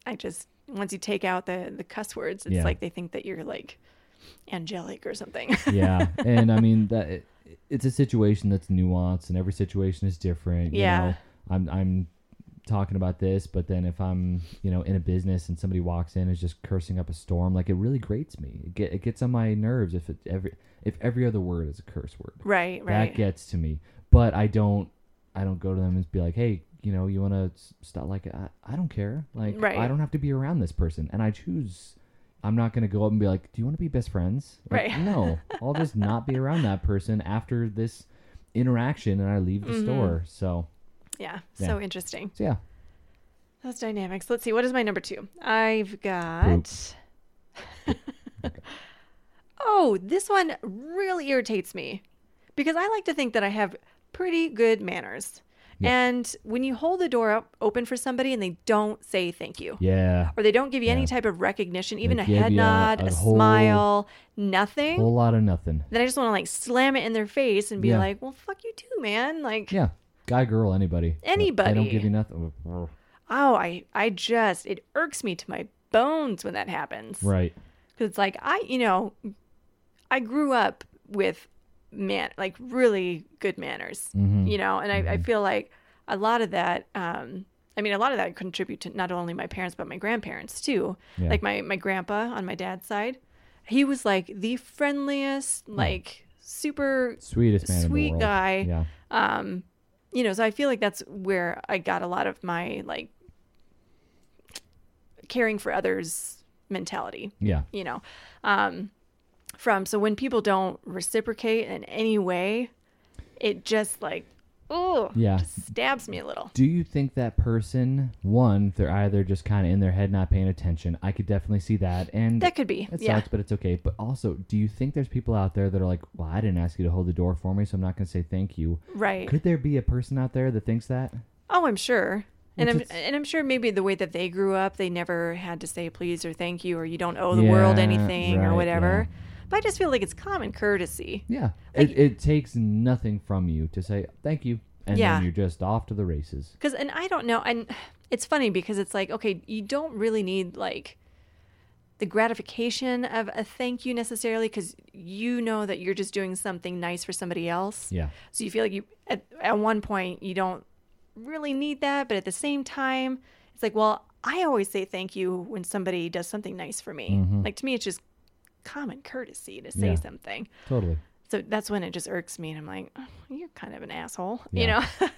I just once you take out the the cuss words, it's
Yeah.
like they think that you're like angelic or something.
yeah, and I mean that it, it's a situation that's nuanced, and every situation is different. you
Yeah.
know? I'm I'm talking about this, but then if I'm you know in a business and somebody walks in and is just cursing up a storm, like it really grates me. It, get, it gets on my nerves if it every if every other word is a curse word.
right,
that
right.
gets to me. But I don't, I don't go to them and be like, hey, you know, you want to stop? Like, I, I don't care. Like,
Right.
I don't have to be around this person, and I choose. I'm not gonna go up and be like, do you want to be best friends? Like,
Right.
No, I'll just not be around that person after this interaction, and I leave
Mm-hmm.
the store. So,
yeah,
Yeah.
so interesting.
so yeah,
Those dynamics. Let's see. What is my number two? I've got. oh, this one really irritates me because I like to think that I have pretty good manners.
Yeah.
And when you hold the door up, open for somebody and they don't say thank you
yeah,
or they don't give you any
Yeah.
type of recognition, even
They
a
give
head
you a-
nod, a,
a whole-
smile, nothing,
whole lot of nothing.
then I just want to like slam it in their face and be
Yeah.
like, well, fuck you too, man. Like,
Yeah, guy, girl, anybody, I
Anybody.
don't give you nothing.
oh, I, I just, it irks me to my bones when that happens.
Right.
because it's like I, you know, I grew up with man, like really good manners,
Mhm.
you know, and I, I feel like a lot of that um I mean, a lot of that contribute to not only my parents but my grandparents too.
Yeah.
Like my my grandpa on my dad's side, he was like the friendliest, like super
Sweetest man in the
sweet
world.
guy.
Yeah.
um you know so i feel like that's where i got a lot of my like caring for others mentality
Yeah.
you know um from so when people don't reciprocate in any way it just like oh
Yeah.
just stabs me a little
Do you think that person, one, they're either just kind of in their head not paying attention? I could definitely see that. And
that could be
It
yeah
sucks, but it's okay. But also, do you think there's people out there that are like, well, I didn't ask you to hold the door for me, so I'm not going to say thank you?
right
Could there be a person out there that thinks that?
oh i'm sure and
Which
I'm,
it's-
and I'm sure maybe the way that they grew up, they never had to say please or thank you or you don't owe the world
Yeah,
anything
right,
or whatever. But I just feel like it's common courtesy.
Yeah.
Like-
it, it takes nothing from you to say thank you. And
Yeah.
then you're just off to the races.
because and i don't know and it's funny because it's like okay you don't really need like the gratification of a thank you necessarily because you know that you're just doing something nice for somebody else
Yeah.
so you feel like you at, at one point you don't really need that but at the same time it's like well i always say thank you when somebody does something nice for me
Mhm.
like to me it's just common courtesy to say
Yeah.
something
Totally.
so that's when it just irks me and i'm like oh, you're kind of an asshole
Yeah.
you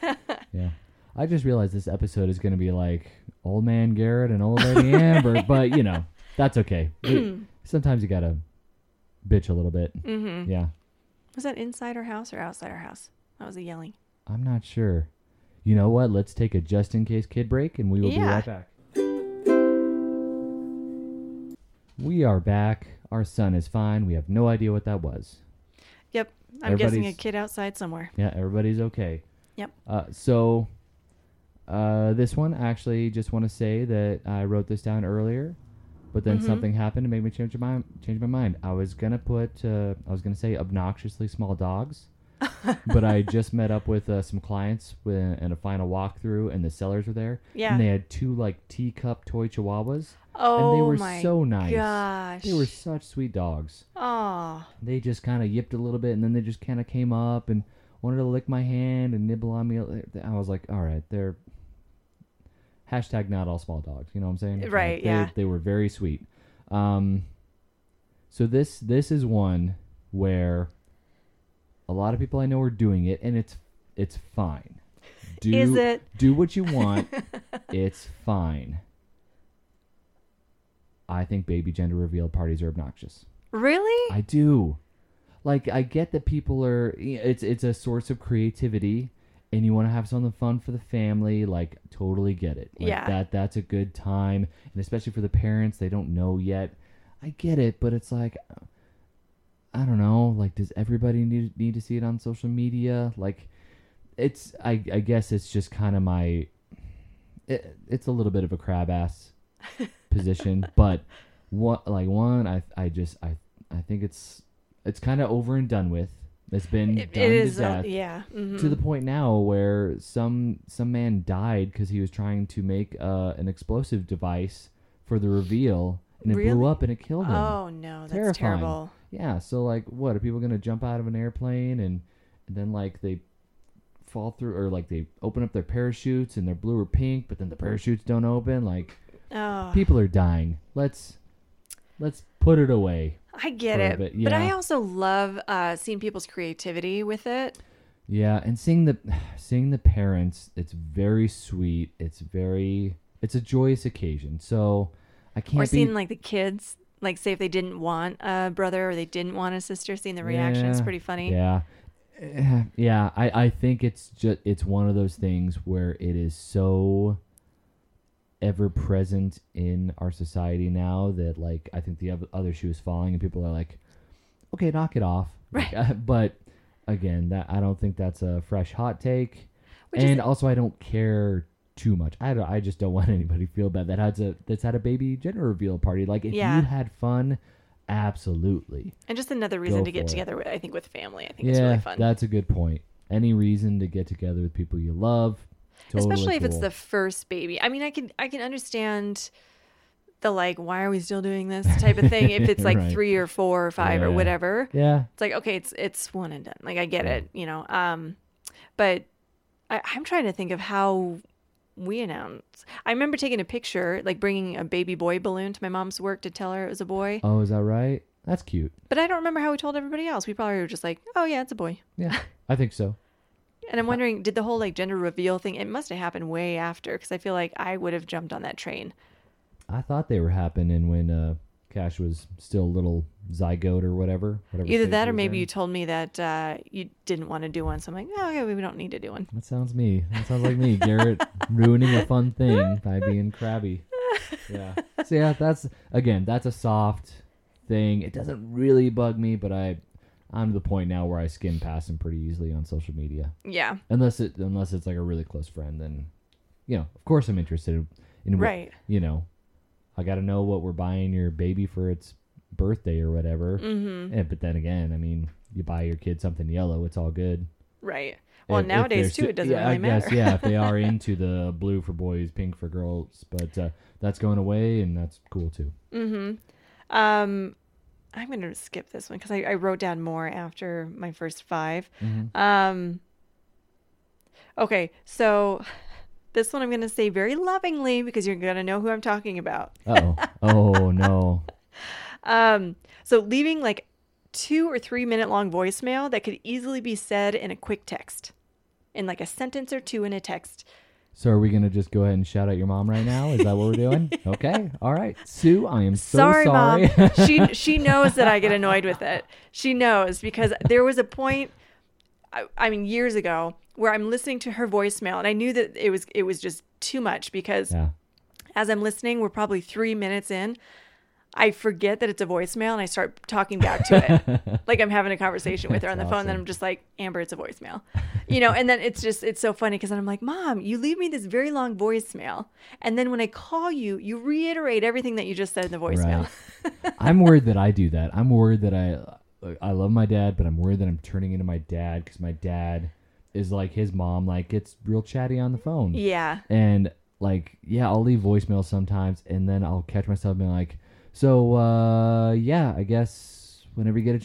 know
Yeah. I just realized this episode is going to be like old man Garrett and old lady Amber, but you know, that's okay. We- sometimes you got to bitch a little bit.
hmm
Yeah.
Was that inside our house or outside our house? That was a yelling.
I'm not sure. You know what? Let's take a just in case kid break and we will be
Yeah.
right back. We are back. Our son is fine. We have no idea what that was.
Yep. I'm guessing a
Everybody's-
kid outside somewhere.
Yeah, everybody's okay.
Yep.
Uh, so, uh, this one, I actually just want to say that I wrote this down earlier, but then
Mhm.
something happened to make me change my change my mind. I was gonna put, uh, I was gonna say obnoxiously small dogs, but I just met up with uh, some clients with, and a final walkthrough, and the sellers were there.
Yeah.
And they had two like teacup toy chihuahuas,
Oh
and they were
my
so nice.
gosh.
They were such sweet dogs
Oh.
they just kind of yipped a little bit and then they just kind of came up and wanted to lick my hand and nibble on me i was like all right they're hashtag not all small dogs you know what i'm saying Like,
Right,
they,
yeah.
they were very sweet um so this this is one where a lot of people i know are doing it and it's it's fine do
Is it?
do what you want it's fine i think baby gender reveal parties are obnoxious
Really?
I do. Like I get that people are it's it's a source of creativity and you want to have something fun for the family, like totally get it. Like
Yeah.
that that's a good time and especially for the parents, they don't know yet. I get it, but it's like I don't know, like does everybody need need to see it on social media? Like it's I I guess it's just kind of my it, it's a little bit of a crab ass position, but what like one I I just I I think it's it's kind of over and done with. It's been
It-
done
it is.
to
uh,
death
yeah. mhm.
to the point now where some some man died because he was trying to make uh, an explosive device for the reveal, and it
Really?
blew up and it killed him.
Oh no, that's
Terrifying.
terrible.
Yeah, so like, what are people gonna jump out of an airplane and, and then like they fall through or like they open up their parachutes and they're blue or pink, but
Mm-hmm.
then the parachutes don't open. Like
Oh.
people are dying. Let's let's put it away.
I get
for a
it.
bit,
But I
yeah.
also love uh, seeing people's creativity with it.
Yeah, and seeing the seeing the parents, it's very sweet. It's very it's a joyous occasion. So I can't
or
be
seeing like the kids like say if they didn't want a brother or they didn't want a sister, seeing the reaction is
Yeah,
pretty funny.
Yeah. Eh, Yeah, I, I think it's just it's one of those things where it is so ever present in our society now that like I think the oth- other shoe is falling and people are like, okay, knock it off. Like, uh, but again, that I don't think that's a fresh hot take,
Which is-
and also I don't care too much. I don't, I just don't want anybody to feel bad that has a that's had a baby gender reveal party. Like if
Yeah.
you had fun, absolutely.
And just another reason
Go
to get
for it.
together with I think with family. I think it's really fun.
that's a good point. Any reason to get together with people you love, totally
especially if it's
cool.
the first baby i mean i can i can understand the like why are we still doing this type of thing if it's like
Right.
three or four or five or
Yeah.
whatever
yeah,
it's like okay it's it's one and done like i get it you know um but I, I'm trying to think of how we announce. I remember taking a picture, like bringing a baby boy balloon to my mom's work to tell her it was a boy.
Oh, is that right? That's cute.
But I don't remember how we told everybody else. We probably were just like, oh, yeah, it's a boy.
Yeah, I think so.
And I'm wondering, did the whole like gender reveal thing, it must have happened way after because I feel like I would have jumped on that train.
I thought they were happening when uh, Cash was still a little zygote or whatever. whatever
Either
stage
that
he
or
was
maybe
in.
you told me that uh, you didn't want to do one. So I'm like, oh, okay, we don't need to do one.
That sounds me. That sounds like me, Garrett, ruining a fun thing by being crabby. Yeah. So yeah, that's again, that's a soft thing. It doesn't really bug me, but I, I'm to the point now where I skim past them pretty easily on social media,
Yeah.
unless it unless it's like a really close friend. Then, you know, of course I'm interested in what-
Right.
You know, I got to know what we're buying your baby for its birthday or whatever.
Mm-hmm.
And, but then again, I mean, you buy your kid something yellow, it's all good.
Right. Well,
If- if
nowadays,
they're
too, it
stu-
doesn't
yeah,
really
I guess,
matter.
yeah, if they are into the blue for boys, pink for girls, but uh, that's going away, and that's cool too.
Mm-hmm. Um, I'm going to skip this one because I, I wrote down more after my first five. Um, okay, so this one I'm going to say very lovingly because you're going to know who I'm talking about.
Oh, oh no,
Um, so leaving like two or three minute long voicemail that could easily be said in a quick text, in like a sentence or two in a text.
so are we gonna just go ahead and shout out your mom right now? Is that what we're doing? Okay, all right, Sue, I am so sorry.
sorry, mom. she she knows that I get annoyed with it. She knows because there was a point, I, I mean, years ago, where I'm listening to her voicemail and I knew that it was it was just too much because
yeah,
as I'm listening, we're probably three minutes in. I forget that it's a voicemail and I start talking back to it. like I'm having a conversation with her on the
That's
phone. Then
awesome.
I'm just like, Amber, it's a voicemail. You know, and then it's just, it's so funny because I'm like, Mom, you leave me this very long voicemail. And then when I call you, you reiterate everything that you just said in the voicemail.
right. I'm worried that I do that. I'm worried that I, I love my dad, but I'm worried that I'm turning into my dad because my dad is like his mom, like it's real chatty on the phone.
Yeah.
and like yeah i'll leave voicemail sometimes and then i'll catch myself being like so uh yeah i guess whenever you get a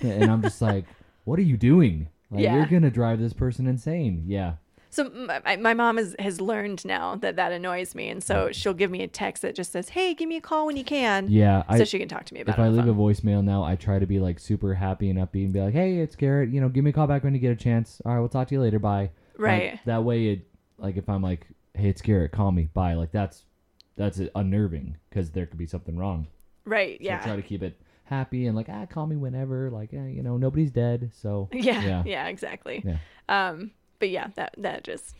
and i'm just like what are you doing like
Yeah.
you're gonna drive this person insane yeah
So my, my mom is, has learned now that that annoys me. And so she'll give me a text that just says, Hey, give me a call when you can.
yeah
so
i
she can talk to me about
if
it.
i
on the
leave a
phone.
voicemail now i try to be like super happy and upbeat and be like hey it's garrett you know give me a call back when you get a chance all right we'll talk to you later bye Like,
Right.
that way it like if i'm like hey it's garrett call me bye like that's that's unnerving because there could be something wrong
right.
So
Yeah.
try to keep it happy and like, ah, call me whenever. Like, eh, you know, nobody's dead. So
Yeah,
Yeah.
yeah, exactly.
Yeah.
Um, but yeah, that that just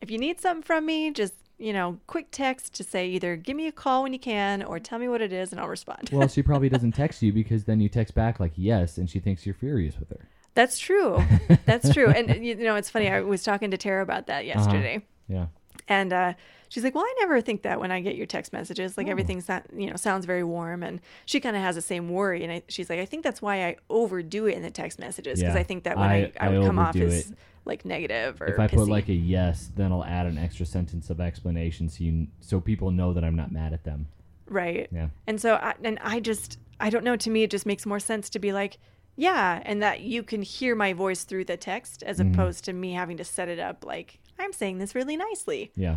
if you need something from me, just you know, quick text to say either give me a call when you can or tell me what it is and I'll respond.
well, she probably doesn't text you because then you text back like yes, and she thinks you're furious with her.
That's true. That's true. And you know, it's funny. I was talking to Tara about that
Uh-huh.
yesterday.
Yeah.
And uh, she's like, "Well, I never think that when I get your text messages.
Oh.
Like everything's not, you know, sounds very warm." And she kind of has the same worry. And I, she's like, "I think that's why I overdo it in the text messages because
Yeah.
I think that when I,
I-
I, would
I
come off
overdo
as like negative or
If I put
pissy.
like a yes, then I'll add an extra sentence of explanation so you so people know that I'm not mad at them.
right."
Yeah.
And so, I, and I just, I don't know. To me, it just makes more sense to be like, yeah, and that you can hear my voice through the text as
Mm-hmm.
opposed to me having to set it up like, I'm saying this really nicely.
Yeah.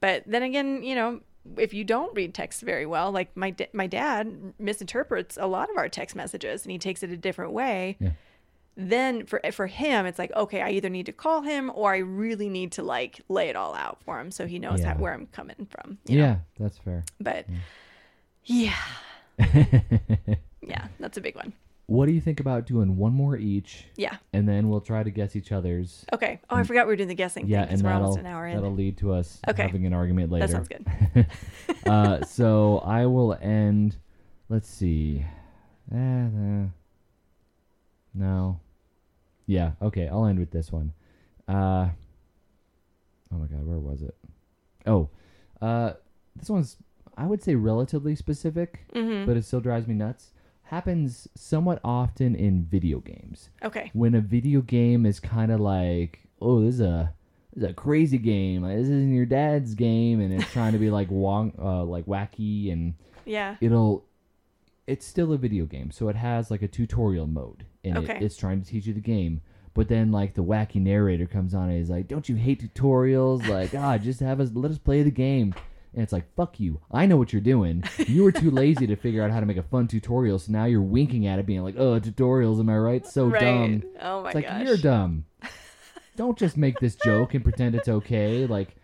But then again, you know, if you don't read text very well, like my, da- my dad misinterprets a lot of our text messages and he takes it a different way.
Yeah.
Then for for him, it's like okay, I either need to call him or I really need to like lay it all out for him so he knows
Yeah. Mm.
how, where I'm coming from. you know?
Yeah, that's fair.
But yeah, yeah, that's a big one.
what do you think about doing one more each,
Yeah.
and then we'll try to guess each other's?
Okay. Oh, I forgot we were doing the guessing thing
Yeah, and
because we're
that'll
almost an hour
that'll
in.
lead to us
Okay.
having an argument later.
That sounds good.
uh, so I will end. Let's see. Eh, eh. no. Yeah. Okay. I'll end with this one. Uh, oh my God. Where was it? Oh, uh, this one's I would say relatively specific,
hmm
but it still drives me nuts. Happens somewhat often in video games
Okay.
when a video game is kind of like, oh, this is a this is a crazy game. Like, This isn't your dad's game, and it's trying to be like wong, uh, like wacky, and
Yeah.
it'll. It's still a video game, so it has like a tutorial mode in
Okay.
it. It's trying to teach you the game, But then like the wacky narrator comes on and he's like, "Don't you hate tutorials? Like, ah, just have us let us play the game." And it's like, "Fuck you! I know what you're doing. You were too lazy to figure out how to make a fun tutorial, so now you're winking at it, being like, oh, tutorials, am I right? So
right.
dumb.'
Oh my
It's like
gosh.
you're dumb. Don't just make this joke and pretend it's okay. Like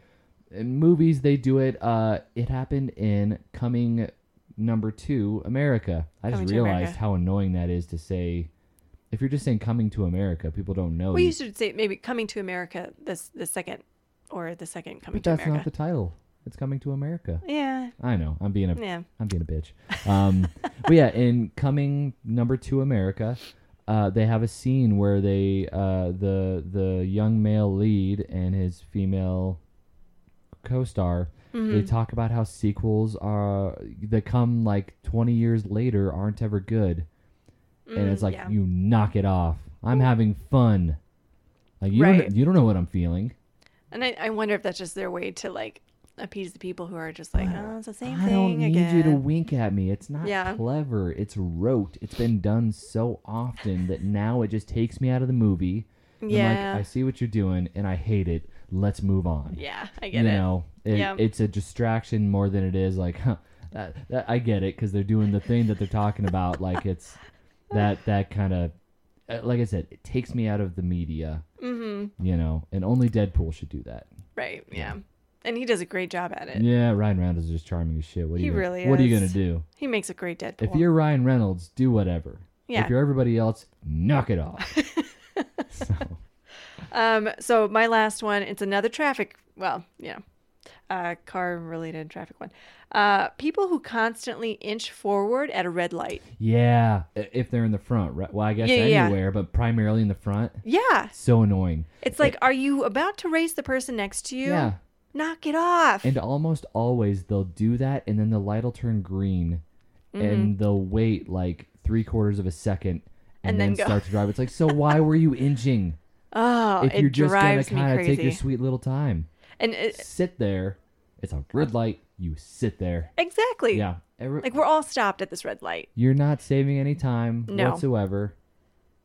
in movies, they do it. Uh, it happened in Coming Number Two, America. I
Coming
just
to
realized
America.
how annoying that is to say. If you're just saying Coming to America, people don't know.
Well,
you-
you should say maybe coming to America this the second or the second coming
but
to
that's
America.
not the title. It's Coming to America.
yeah,
I know. I'm being a
yeah.
I'm being a bitch. Um, but yeah, in coming number two America, uh, they have a scene where they uh, the the young male lead and his female co-star
Mm-hmm.
they talk about how sequels are that come like 20 years later aren't ever good, and
Mm,
it's like
yeah.
you knock it off. I'm having fun. Like you
Right.
don't you don't know what I'm feeling.
And I, I wonder if that's just their way to like appease the people who are just like, oh, it's the same
I
thing
don't need
again.
you to wink at me. It's not
Yeah.
clever. It's rote. It's been done so often that now it just takes me out of the movie. I'm
yeah,
like, I see what you're doing and I hate it. Let's move on.
yeah, I
you
get it.
know, it,
Yeah.
it's a distraction more than it is like, huh, that, that, I get it because they're doing the thing that they're talking about. like it's that, that kind of, like I said, it takes me out of the media,
Mm-hmm.
you know, and only Deadpool should do that.
Right. Yeah. And he does a great job at it.
Yeah, Ryan Reynolds is just charming as shit. What are
Uh, He
you gonna,
really
What are you
is.
going to do?
He makes a great Deadpool.
If you're Ryan Reynolds, do whatever.
yeah.
If you're everybody else, knock it off. so,
Um. So my last one. It's another traffic. Well, you know, uh, car related traffic one. Uh, people who constantly inch forward at a red light.
yeah, i- if they're in the front, right? Well, I guess
Yeah, yeah,
anywhere, but primarily in the front.
Yeah.
So annoying.
It's like, are you about to race the person next to you?
Yeah.
Knock it off.
And almost always they'll do that, and then the light will turn green, and they'll wait like three quarters of a second, and,
Mm-hmm. And then
then,
go.
start to drive. It's like, so why were you inching?
oh,
If
it
you're just gonna
drives me
kind of
crazy.
take your sweet little time,
and uh, it,
sit there. It's a red light. You sit there.
exactly.
Yeah. Every-
Like we're all stopped at this red light.
You're not saving any time
No.
whatsoever.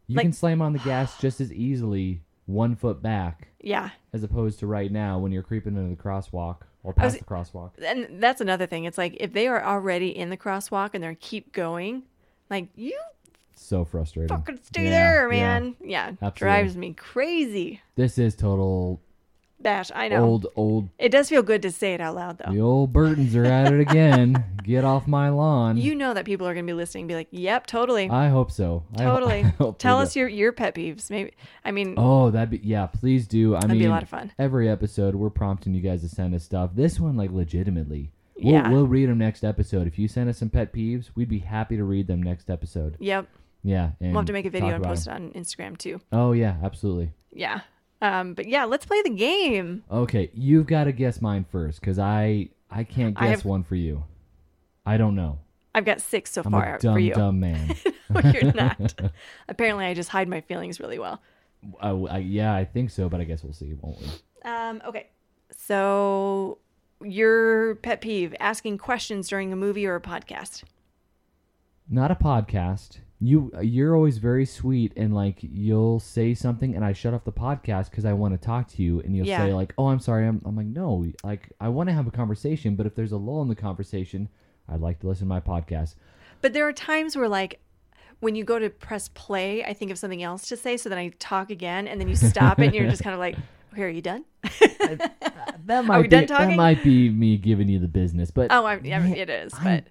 You
Like-
can slam on the gas just as easily one foot back
Yeah.
as opposed to right now when you're creeping into the crosswalk or
was-
past the crosswalk.
and that's another thing. It's like if they are already in the crosswalk and they keep going, like you
So frustrating.
fucking stay
Yeah,
there,
yeah.
man. Yeah,
Absolutely.
drives me crazy.
This is total
Bash, I know. Oh.
old, old.
It does feel good to say it out loud, though.
The old Burtons are at it again. Get off my lawn.
You know that people are going to be listening, and be like, "Yep, totally,
I hope so. I ho- I
totally."
hope they
Tell
do.
us your your pet peeves. Maybe I mean,
Oh, that'd be yeah. Please do. I
That'd
mean,
be a lot of fun.
Every episode, we're prompting you guys to send us stuff. This one, like, legitimately, we'll,
Yeah.
we'll read them next episode. If you send us some pet peeves, we'd be happy to read them next episode.
yep.
Yeah, and
We'll have to make a video
talk
and
about
post it
them.
on Instagram too.
Oh yeah, absolutely.
Yeah. Um, but yeah, let's play the game.
Okay, you've got to guess mine first because I I can't
I
guess
have-
one for you. I don't know.
I've got six so
I'm
far
a dumb
for you.
dumb man.
No, you're not. Apparently, I just hide my feelings really well.
I, I- yeah, I think so, but I guess we'll see, won't we?
Um, okay. So your pet peeve asking questions during a movie or a podcast.
Not a podcast. You you're always very sweet and like you'll say something and I shut off the podcast because I want to talk to you and you'll
Yeah.
say like oh I'm sorry I'm I'm like no like I want to have a conversation but if there's a lull in the conversation I'd like to listen to my podcast
But there are times where like when you go to press play, I think of something else to say, so then I talk again and then you stop it and you're just kind of like, Okay, are you done?
that
we
might be
done
that
talking?
might be me giving you the business, but
Oh, I, yeah, it is,
I-
but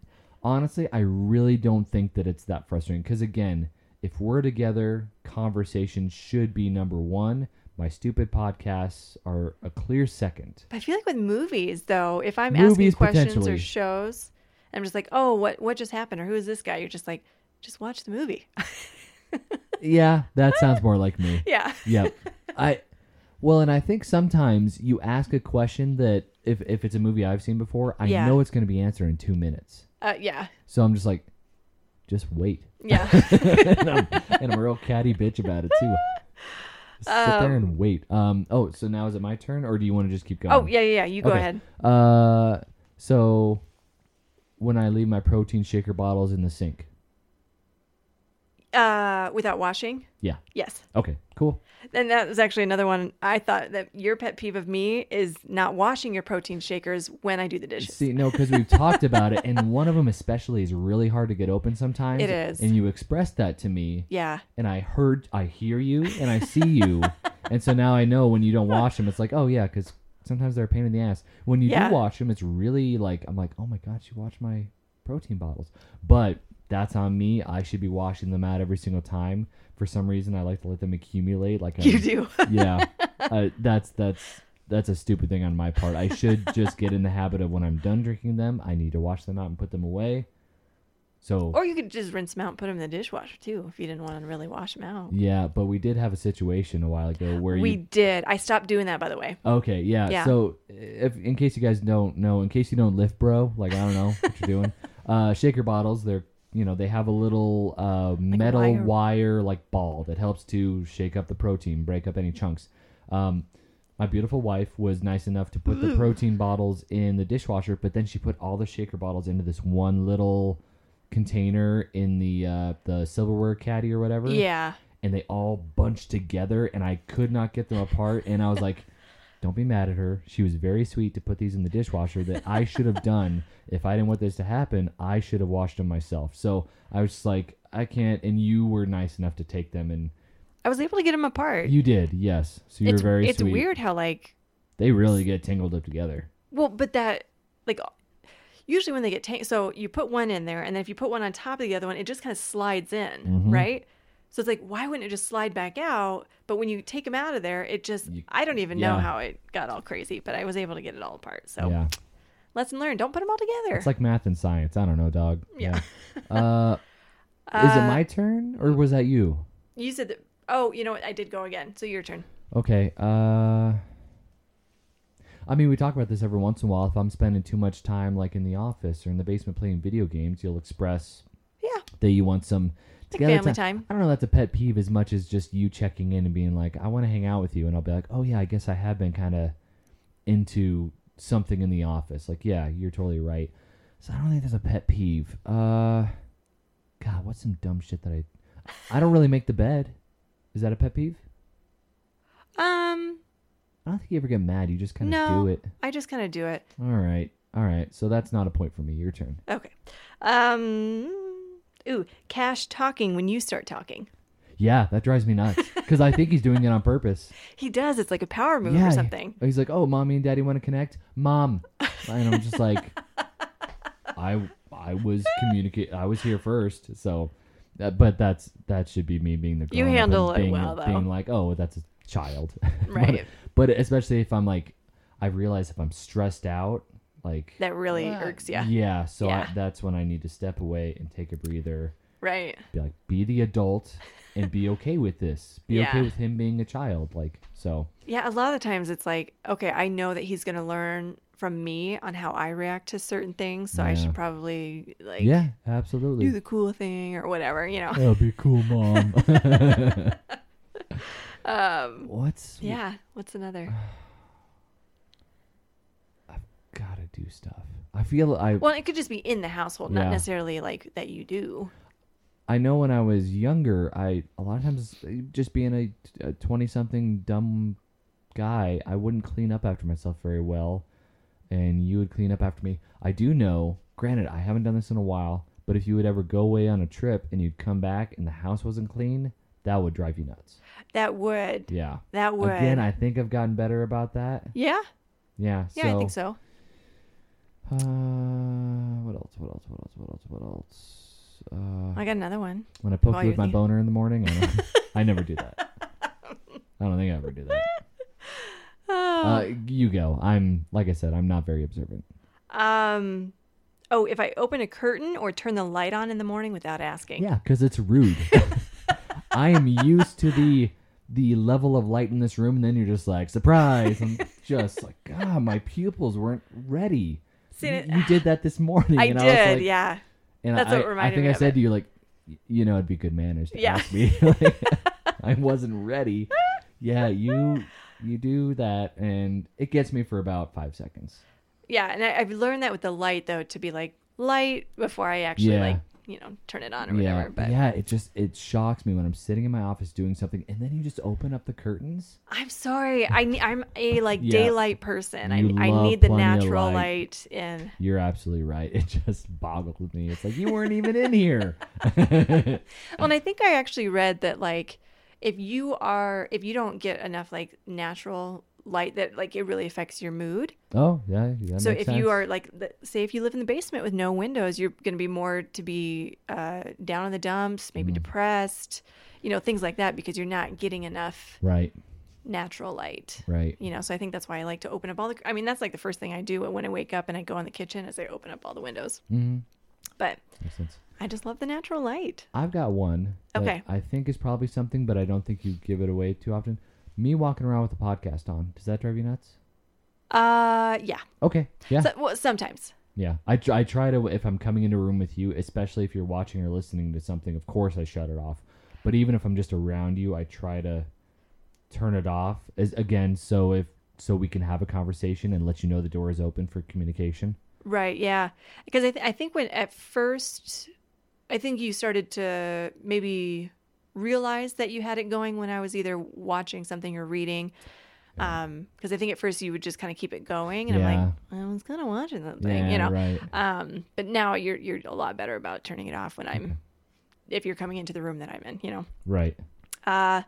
honestly, I really don't think that it's that frustrating because again, if we're together, conversation should be number one. My stupid podcasts are a clear second.
I feel like with movies though, if I'm
Movies,
asking questions or
potentially.
shows, I'm just like, Oh, what what just happened or who is this guy? You're just like, just watch the movie.
Yeah, that sounds more like me.
yeah.
Yep. I well, and I think sometimes you ask a question that if if it's a movie I've seen before, I
Yeah.
know it's going to be answered in two minutes.
Uh, yeah.
So I'm just like, just wait.
Yeah.
and, I'm, and I'm a real catty bitch about it too. Sit there and wait. Um. Oh, so now is it my turn, or do you want to just keep going?
oh, yeah, yeah, yeah. You go
Okay.
ahead.
Uh. So, when I leave my protein shaker bottles in the sink,
Uh, without washing?
Yeah.
Yes.
Okay. Cool.
And that was actually another one. I thought that your pet peeve of me is not washing your protein shakers when I do the dishes.
See, no, because we've talked about it, and one of them especially is really hard to get open sometimes.
It is.
And you expressed that to me,
yeah.
and I heard, I hear you, and I see you, and so now I know when you don't wash them, it's like, oh yeah, because sometimes they're a pain in the ass. When you
Yeah.
do wash them, it's really like I'm like, oh my god, you washed my protein bottles, but that's on me. I should be washing them out every single time. For some reason, I like to let them accumulate. Like I'm-
You do.
yeah, uh, that's that's that's a stupid thing on my part. I should just get in the habit of when I'm done drinking them, I need to wash them out and put them away. So
Or you could just rinse them out and put them in the dishwasher too if you didn't want to really wash them out.
yeah, but we did have a situation a while ago where
we
you
did. I stopped doing that by the way.
okay yeah,
Yeah.
so if in case you guys don't know, in case you don't lift, bro, like I don't know what you're doing, uh, shaker bottles they're you know they have a little uh, metal
wire.
wire. like ball that helps to shake up the protein, break up any chunks. Um, my beautiful wife was nice enough to put the protein bottles in the dishwasher, but then she put all the shaker bottles into this one little container in the uh, the silverware caddy or whatever.
Yeah.
and they all bunched together, and I could not get them apart. And I was like, "Don't be mad at her. She was very sweet to put these in the dishwasher. That I should have done if I didn't want this to happen. I should have washed them myself." So I was just like, "I can't." And you were nice enough to take them, and
I was able to get them apart.
you did. Yes, so you were
it's
very
it's
sweet.
weird how like
They really get tangled up together.
Well, but that like usually when they get tanked, so you put one in there, and then if you put one on top of the other one, it just kind of slides in,
Mm-hmm.
right? So it's like, why wouldn't it just slide back out? But when you take them out of there, it just,
You-
I don't even know
yeah.
how it got all crazy, but I was able to get it all apart. So
Yeah.
lesson learned don't put them all together.
It's like math and science. I don't know, dog.
Yeah.
Uh, is it my turn or was that you?
you said that, oh, you know what? I did go again. So your turn.
Okay. Uh, I mean, we talk about this every once in a while. If I'm spending too much time, like in the office or in the basement playing video games, you'll express
Yeah.
that you want some together
family time.
I don't know. That's a pet peeve as much as just you checking in and being like, "I want to hang out with you," and I'll be like, "Oh yeah, I guess I have been kind of into something in the office." Like, yeah, you're totally right. So I don't think that's a pet peeve. Uh, God, what's some dumb shit that I? I don't really make the bed. Is that a pet peeve?
Um,
I don't think you ever get mad. You just kind of
no,
do it.
I just kind of do it.
All right. All right. So that's not a point for me. Your turn.
Okay. Um, ooh, Cash talking when you start talking.
Yeah, that drives me nuts because I think he's doing it on purpose.
He does. It's like a power move
yeah.
or
he-
something.
He's like, "Oh, mommy and daddy want to connect." Mom, and I'm just like, I I was communicate. I was here first, so. That, but that's that should be me being the
You
grown up and
handle it
being,
well, though.
being like, oh, that's a child, But-
Right.
but, especially if I'm like, I realize if I'm stressed out, like
That really irks you.
Yeah, so
Yeah.
I, that's when I need to step away and take a breather.
Right.
Be like, be the adult and be okay with this. Be okay
Yeah.
with him being a child. Like, so
Yeah. A lot of times it's like, okay, I know that he's going to learn from me on how I react to certain things. So I
Yeah.
should probably like
yeah,
do
absolutely.
the cool thing or whatever, you know?
That'll be cool, mom.
Um,
What's
yeah. What's another?
gotta do stuff? I feel I
Well, it could just be in the household, not
Yeah.
necessarily like that you do.
I know when I was younger, I a lot of times uh, just being a twenty something dumb guy, I wouldn't clean up after myself very well, and you would clean up after me. I do know. Granted, I haven't done this in a while, but if you would ever go away on a trip and you'd come back and the house wasn't clean, that would drive you nuts.
That would.
Yeah.
That would.
Again, I think I've gotten better about that.
yeah.
Yeah.
Yeah, I think so.
Uh, what else? What else? What else? What else? What else? Uh,
I got another one.
When I poke
While
you
you're
with my
thinking-
boner in the morning, I, don't- I never do that. I don't think I ever do that. Uh,
Oh,
you go. I'm like I said, I'm not very observant.
Um, oh, if I open a curtain or turn the light on in the morning without asking.
Yeah, because it's rude. I am used to the the level of light in this room, and then you're just like surprise. I'm just like God, my pupils weren't ready.
See,
you,
it-
you did that this morning.
I
and
did.
I was like,
yeah.
And
That's
I,
what reminded
I think
me
I
of
said
it.
to you, like, y- you know, it'd be good manners to
Yeah.
ask me. Like, I wasn't ready. Yeah, you you do that, and it gets me for about five seconds.
Yeah, and I, I've learned that with the light though to be like light before I actually
Yeah,
like you know, turn it on or whatever.
yeah,
But
yeah, it just it shocks me when I'm sitting in my office doing something, and then you just open up the curtains.
I'm sorry. I ne- I'm a like
Yeah.
daylight person. I,
You
I
love
need the
plenty of
natural light.
light.
in.
You're absolutely right. It just boggles me. It's like you weren't even in here.
Well, and I think I actually read that like if you are if you don't get enough like natural light that like it really affects your mood.
Oh yeah, that
so
makes
if
sense.
you are like the, say if you live in the basement with no windows, you're going to be more to be uh, down in the dumps, maybe
Mm-hmm.
depressed, you know, things like that because you're not getting enough
right,
natural light.
right,
You know, so I think that's why I like to open up all the. I mean, that's like the first thing I do when I wake up and I go in the kitchen is I open up all the windows.
mm-hmm.
But
makes sense.
I just love the natural light.
I've got one. that
Okay.
I think is probably something, but I don't think you give it away too often. Me walking around with a podcast on. Does that drive you nuts?
Uh, yeah.
Okay. Yeah.
So, well, sometimes.
yeah. I, tr- I try to, if I'm coming into a room with you, especially if you're watching or listening to something, of course I shut it off. But even if I'm just around you, I try to turn it off as, again. So if, so we can have a conversation and let you know the door is open for communication.
Right. Yeah. Because I, th- I think when at first, I think you started to maybe realize that you had it going when I was either watching something or reading. Um, because I think at first you would just kind of keep it going, and I'm like, I was kind of watching something, you know.
Right.
Um, but now you're you're a lot better about turning it off when I'm,
Mm-hmm.
if you're coming into the room that I'm in, you know.
Right.
Uh,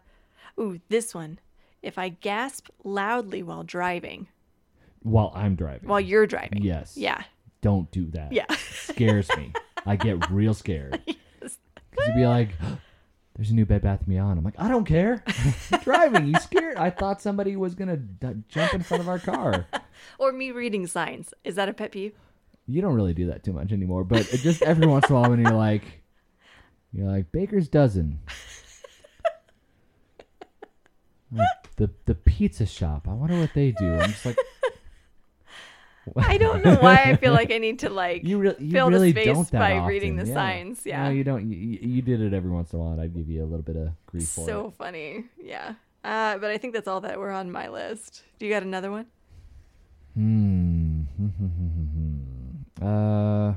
ooh, this one. If I gasp loudly while driving,
While I'm driving.
while you're driving.
Mm-hmm. yes.
Yeah.
Don't do that.
Yeah.
scares me. I get real scared. Because you'd be like, there's a new Bed Bath & Beyond. I'm like, I don't care. Driving, you scared? I thought somebody was going to d- jump in front of our car.
or me reading signs. Is that a pet peeve?
You don't really do that too much anymore, but it just every once in a while when you're like, you're like, Baker's Dozen. Like, The, the pizza shop. I wonder what they do. I'm just like,
I don't know why I feel like I need to like
you, re- you
fill
really
the space
don't that
by
often.
reading the
Yeah.
signs. Yeah.
No, you don't. You, you- you did it every once in a while, and I'd give you a little bit of grief for it.
so funny. Yeah. Uh, but I think that's all that were on my list. Do you got another one?
Hmm. uh,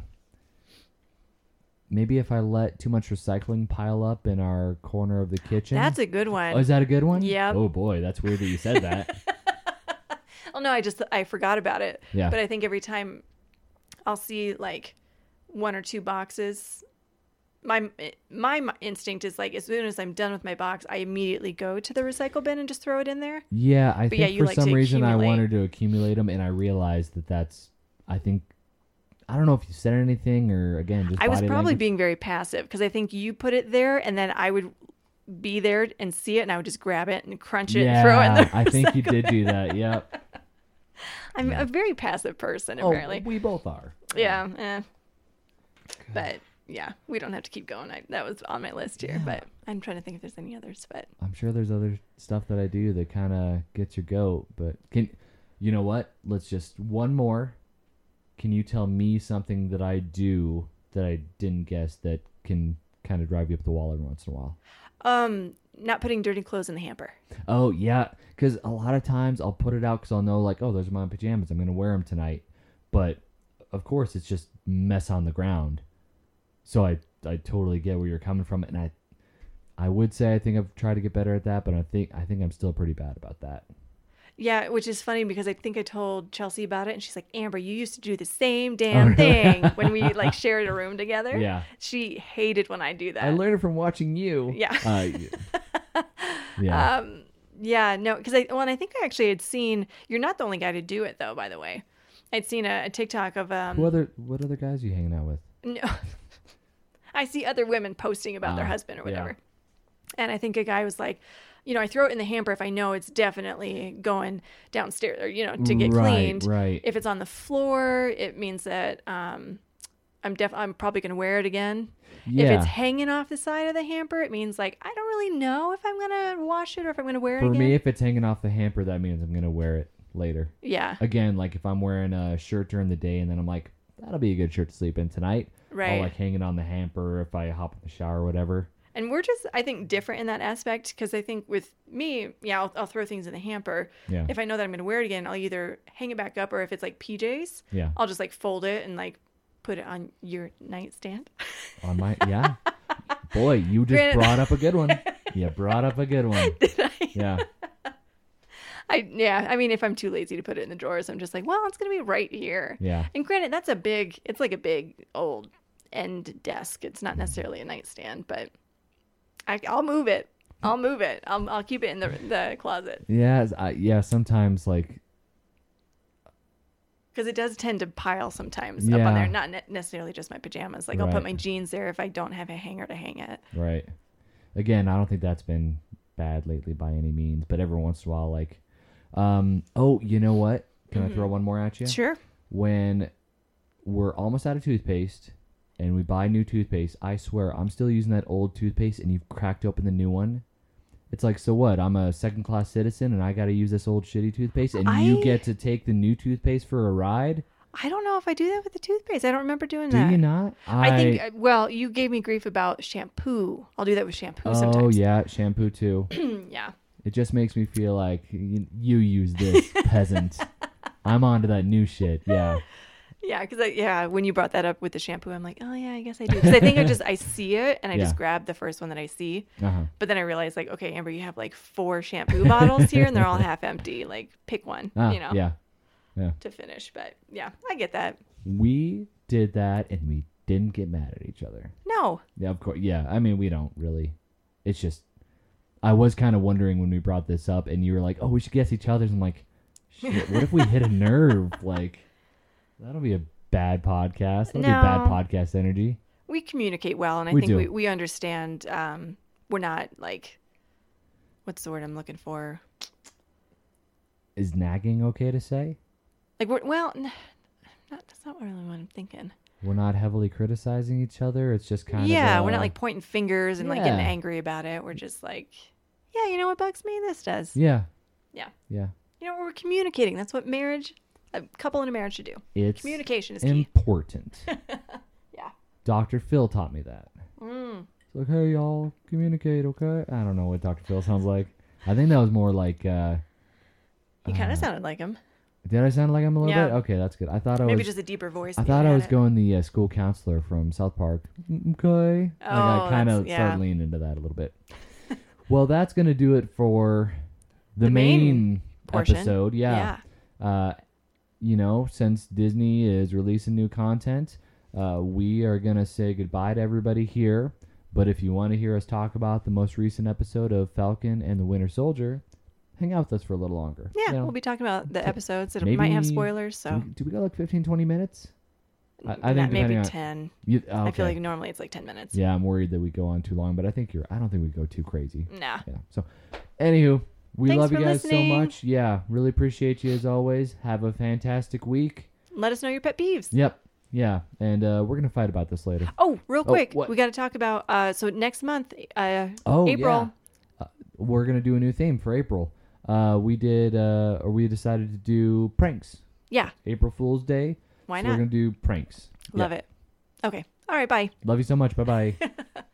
maybe if I let too much recycling pile up in our corner of the kitchen.
That's a good one.
oh, is that a good one?
Yep.
Oh boy, that's weird that you said that.
Oh no, I just I forgot about it.
Yeah.
But uh, I think every time I'll see like one or two boxes, my my m- instinct is like as soon as I'm done with my box, I immediately go to the recycle bin and just throw it in there.
yeah, I
But
think
yeah, you
for
like to
some reason
accumulate.
I wanted to accumulate them, and I realized that that's. I think, I don't know if you said anything or again just.
I was
body
probably
language.
being very passive because I think you put it there and then I would be there and see it and I would just grab it and crunch it and throw it in
Yeah,
the
I think you
recycle.
did do that. Yep.
I'm a very passive person
Oh,
apparently.
we both are.
yeah. eh. But yeah, we don't have to keep going. I, that was on my list here, but I'm trying to think if there's any others. But
I'm sure there's other stuff that I do that kind of gets your goat, but can you know what? Let's just one more. Can you tell me something that I do that I didn't guess that can kind of drive you up the wall every once in a while?
Um, not putting dirty clothes in the hamper.
Oh yeah, because a lot of times I'll put it out because I'll know like, oh, those are my pajamas. I'm gonna wear them tonight, but of course it's just mess on the ground. So I I totally get where you're coming from, and I I would say I think I've tried to get better at that, but I think I think I'm still pretty bad about that.
Yeah, which is funny because I think I told Chelsea about it, and she's like, "Amber, you used to do the same damn thing when we like shared a room together."
Oh, Yeah.
she hated when I do that.
I learned it from watching you.
Yeah.
Uh, yeah.
um, yeah, no, because I well, and I think I actually had seen. You're not the only guy to do it though, by the way. I'd seen a, a TikTok of um.
Who other what other guys are you hanging out with?
No, I see other women posting about their
Ah,
husband or
yeah.
whatever. And I think a guy was like, you know, I throw it in the hamper if I know it's definitely going downstairs or, you know, to get
Right,
cleaned.
right.
If it's on the floor, it means that um, I'm def- I'm probably going to wear it again. If
Yeah.
it's hanging off the side of the hamper, it means like I don't really know if I'm going to wash it or if I'm going to wear
For
it again.
me, if it's hanging off the hamper, that means I'm gonna wear it later.
yeah.
Again, like if I'm wearing a shirt during the day and then I'm like, that'll be a good shirt to sleep in tonight.
Right.
I'll like hang it on the hamper if I hop in the shower or whatever.
And we're just, I think, different in that aspect because I think with me, yeah, I'll, I'll throw things in the hamper.
Yeah.
If I know that I'm going to wear it again, I'll either hang it back up or if it's like PJs,
Yeah.
I'll just like fold it and like put it on your nightstand.
On my yeah. Boy, you just
Granted-
brought up a good one. You brought up a good one.
Did I?
Yeah.
I yeah. I mean, if I'm too lazy to put it in the drawers, I'm just like, well, it's gonna be right here.
Yeah.
And granted, that's a big. It's like a big old end desk. It's not necessarily a nightstand, but I, I'll move it. I'll move it. I'll, I'll keep it in the the closet
Yeah, it's- I, yeah, sometimes like
because it does tend to pile sometimes up on
Yeah.
there. Not ne- necessarily just my pajamas. Like I'll
Right.
put my jeans there if I don't have a hanger to hang it.
right. Again, I don't think that's been bad lately by any means, but every once in a while like um oh, you know what? Can I throw one more at you?
Mm-hmm. Sure.
When we're almost out of toothpaste and we buy new toothpaste, I swear I'm still using that old toothpaste and you've cracked open the new one. It's like, so what? I'm a second class citizen and I got to use this old shitty toothpaste and you
I-
get to take the new toothpaste for a ride?
I don't know if I do that with the toothpaste. I don't remember doing
Do
that.
you not?
I think uh, well, you gave me grief about shampoo. I'll do that with shampoo
Oh
uh, sometimes. Hmm,
yeah, shampoo too.
yeah.
It just makes me feel like you, you use this peasant. I'm onto that new shit. Yeah,
Yeah, because I, yeah, when you brought that up with the shampoo, I'm like, oh yeah, I guess I do. Because I think I just I see it and I
Yeah.
just grab the first one that I see.
uh-huh.
But then I realized like, okay, Amber, you have like four shampoo bottles here, and they're all half empty. Like, pick one,
Ah,
you know,
yeah.
to finish. But yeah, I get that.
We did that and we didn't get mad at each other.
No,
Yeah, of course. Yeah, I mean we don't really. It's just I was kind of wondering when we brought this up and you were like, "Oh, we should guess each other's." I'm like, "Shit, what if we hit a nerve?" Like that'll be a bad podcast. That'll be bad
No.
podcast energy.
we communicate well, and I
We
think
do.
we we understand. Um, we're not like, what's the word I'm looking for?
Is nagging okay to say?
Like, we're well, n- not that's not really what I'm thinking.
We're not heavily criticizing each other. It's just kind of
yeah,
uh,
we're not like pointing fingers and like getting
Yeah.
angry about it. We're just like, yeah, you know what bugs me? This does.
yeah,
Yeah.
yeah.
You know, we're communicating. That's what marriage, a couple in a marriage should do.
It's
Communication is key.
important.
Yeah.
Dr. Phil taught me that.
Mm.
It's like, hey y'all, communicate, okay? I don't know what Dr. Phil sounds like. I think that was more like. uh
You kind of sounded like him.
Did I sound like I'm a little
Yeah.
bit? Okay, that's good. I thought I
Maybe
was.
just a deeper voice.
I
that
thought
you
I
had
was
it.
going the uh, school counselor from South Park. "Mm, Okay. like I
Oh,
kind of
that's- yeah.
started leaning into that a little bit. well, that's going to do it for the,
The main portion.
episode. Yeah. Uh, you know, since Disney is releasing new content, uh, we are going to say goodbye to everybody here. But if you want to hear us talk about the most recent episode of Falcon and the Winter Soldier, hang out with us for a little longer.
Yeah,
You know,
we'll be talking about the episodes. It
maybe-
might have spoilers, so
do, we, do we got like 15, 20 minutes? I, I
not-
think
maybe
depending on,
ten.
You, oh,
I feel
okay.
like normally it's like ten minutes.
Yeah, I'm worried that we go on too long, but I think you're. I don't think we go too crazy.
Nah.
Yeah. So, anywho, we
Thanks
love you
for
guys
listening.
so much. Yeah, really appreciate you as always. Have a fantastic week.
Let us know your pet peeves.
Yep. Yeah, and uh, we're gonna fight about this later.
Oh, real
Oh,
quick,
what?
we got to talk about. Uh, so next month, uh,
Oh,
April.
yeah. We're gonna do a new theme for April. Uh, we did, uh, or we decided to do pranks.
Yeah,
April Fool's Day.
why
so
not?
We're gonna do pranks.
Love it. Okay. All right. Bye.
Love you so much. Bye bye.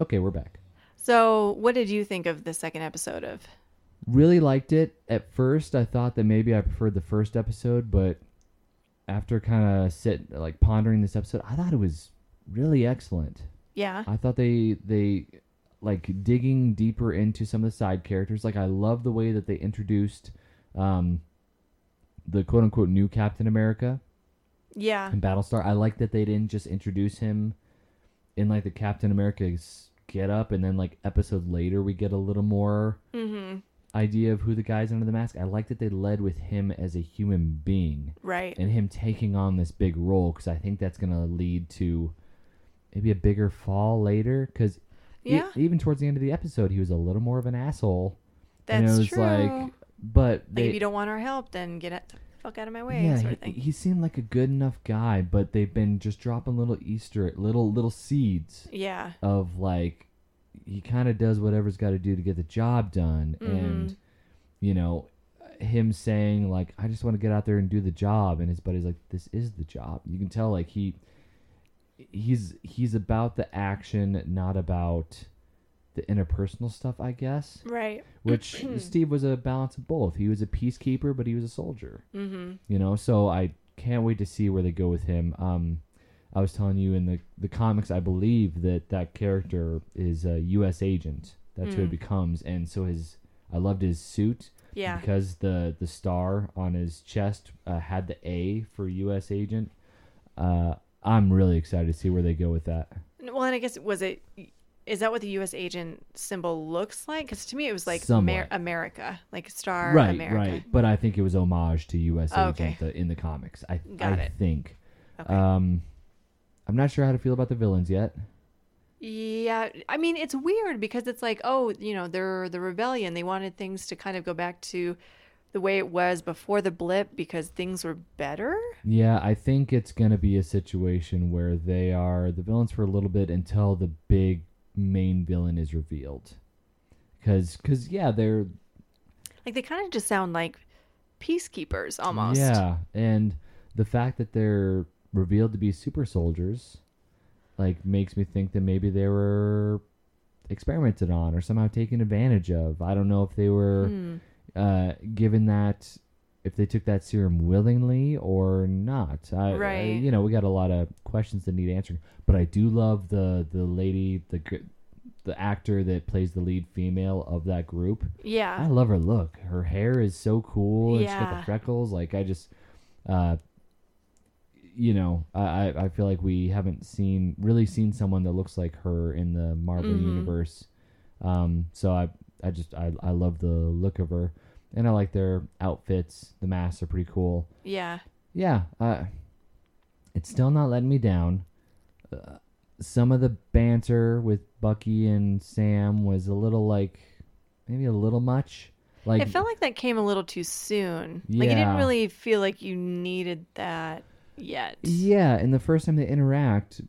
okay, we're back.
So, what did you think of the second episode of?
really liked it at first i thought that maybe i preferred the first episode but after kind of sit like pondering this episode i thought it was really excellent
Yeah.
i thought they they like digging deeper into some of the side characters like i love the way that they introduced um the quote unquote new captain america
Yeah.
in Battlestar. I like that they didn't just introduce him in like the Captain America's get up, and then like episode later we get a little more
Mm-hmm.
idea of who the guy's under the mask. I like that they led with him as a human being
Right.
and him taking on this big role because I think that's gonna lead to maybe a bigger fall later because.
Yeah.
E-, even towards the end of the episode, he was a little more of an asshole. and it
That's
was
true.
like,
like,
but they,
if you don't want our help, then get it the fuck out of my way,
yeah,
sort of
he,
thing.
he seemed like a good enough guy, but they've been just dropping little Easter, little little seeds
yeah.
of like he kind of does whatever's got to do to get the job done,
Mm-hmm.
and you know him saying like I just want to get out there and do the job, and his buddy's like this is the job. You can tell like he he's he's about the action, not about the interpersonal stuff, I guess.
Right.
Which Steve was a balance of both. He was a peacekeeper, but he was a soldier
Mm-hmm.
you know so i can't wait to see where they go with him. Um, I was telling you in the the comics, I believe that that character is a U.S. agent. That's who it
Mm.
becomes, and so his I loved his suit
Yeah.
because the the star on his chest uh, had the A for U.S. agent. Uh, I'm really excited to see where they go with that.
N- Well, and I guess was it? Is that what the U.S. agent symbol looks like? Because to me, it was like Mer-
Somewhat.
America, like Star
right,
America.
right. But I think it was homage to U.S.
Oh, okay.
agent the, in the comics. I
Got
I
it.
think.
Okay.
Um, I'm not sure how to feel about the villains yet.
Yeah, I mean it's weird because it's like, oh, you know, they're the rebellion. They wanted things to kind of go back to the way it was before the blip because things were better.
Yeah, I think it's going to be a situation where they are the villains for a little bit until the big main villain is revealed. Cuz cuz yeah, they're
Like they kind of just sound like peacekeepers almost.
yeah, and the fact that they're revealed to be super soldiers like makes me think that maybe they were experimented on or somehow taken advantage of. I don't know if they were
Hmm.
uh, given that if they took that serum willingly or not. I, I-
Right.
you know, we got a lot of questions that need answering, but I do love the the lady, the gr- the actor that plays the lead female of that group. I
Yeah.
love her look. Her hair is so cool. And She's got
Yeah.
the freckles. Like I just, uh, you know, I I- I feel like we haven't seen really seen someone that looks like her in the Marvel
Mhm.
universe. Um, so I I just I I love the look of her, and I like their outfits. The masks are pretty cool.
Yeah.
Yeah, uh, it's still not letting me down. Uh, some of the banter with Bucky and Sam was a little like maybe a little much. Like
it felt like that came a little too soon. Like you didn't
Yeah.
really feel like you needed that yet.
yeah, and the first time they interact,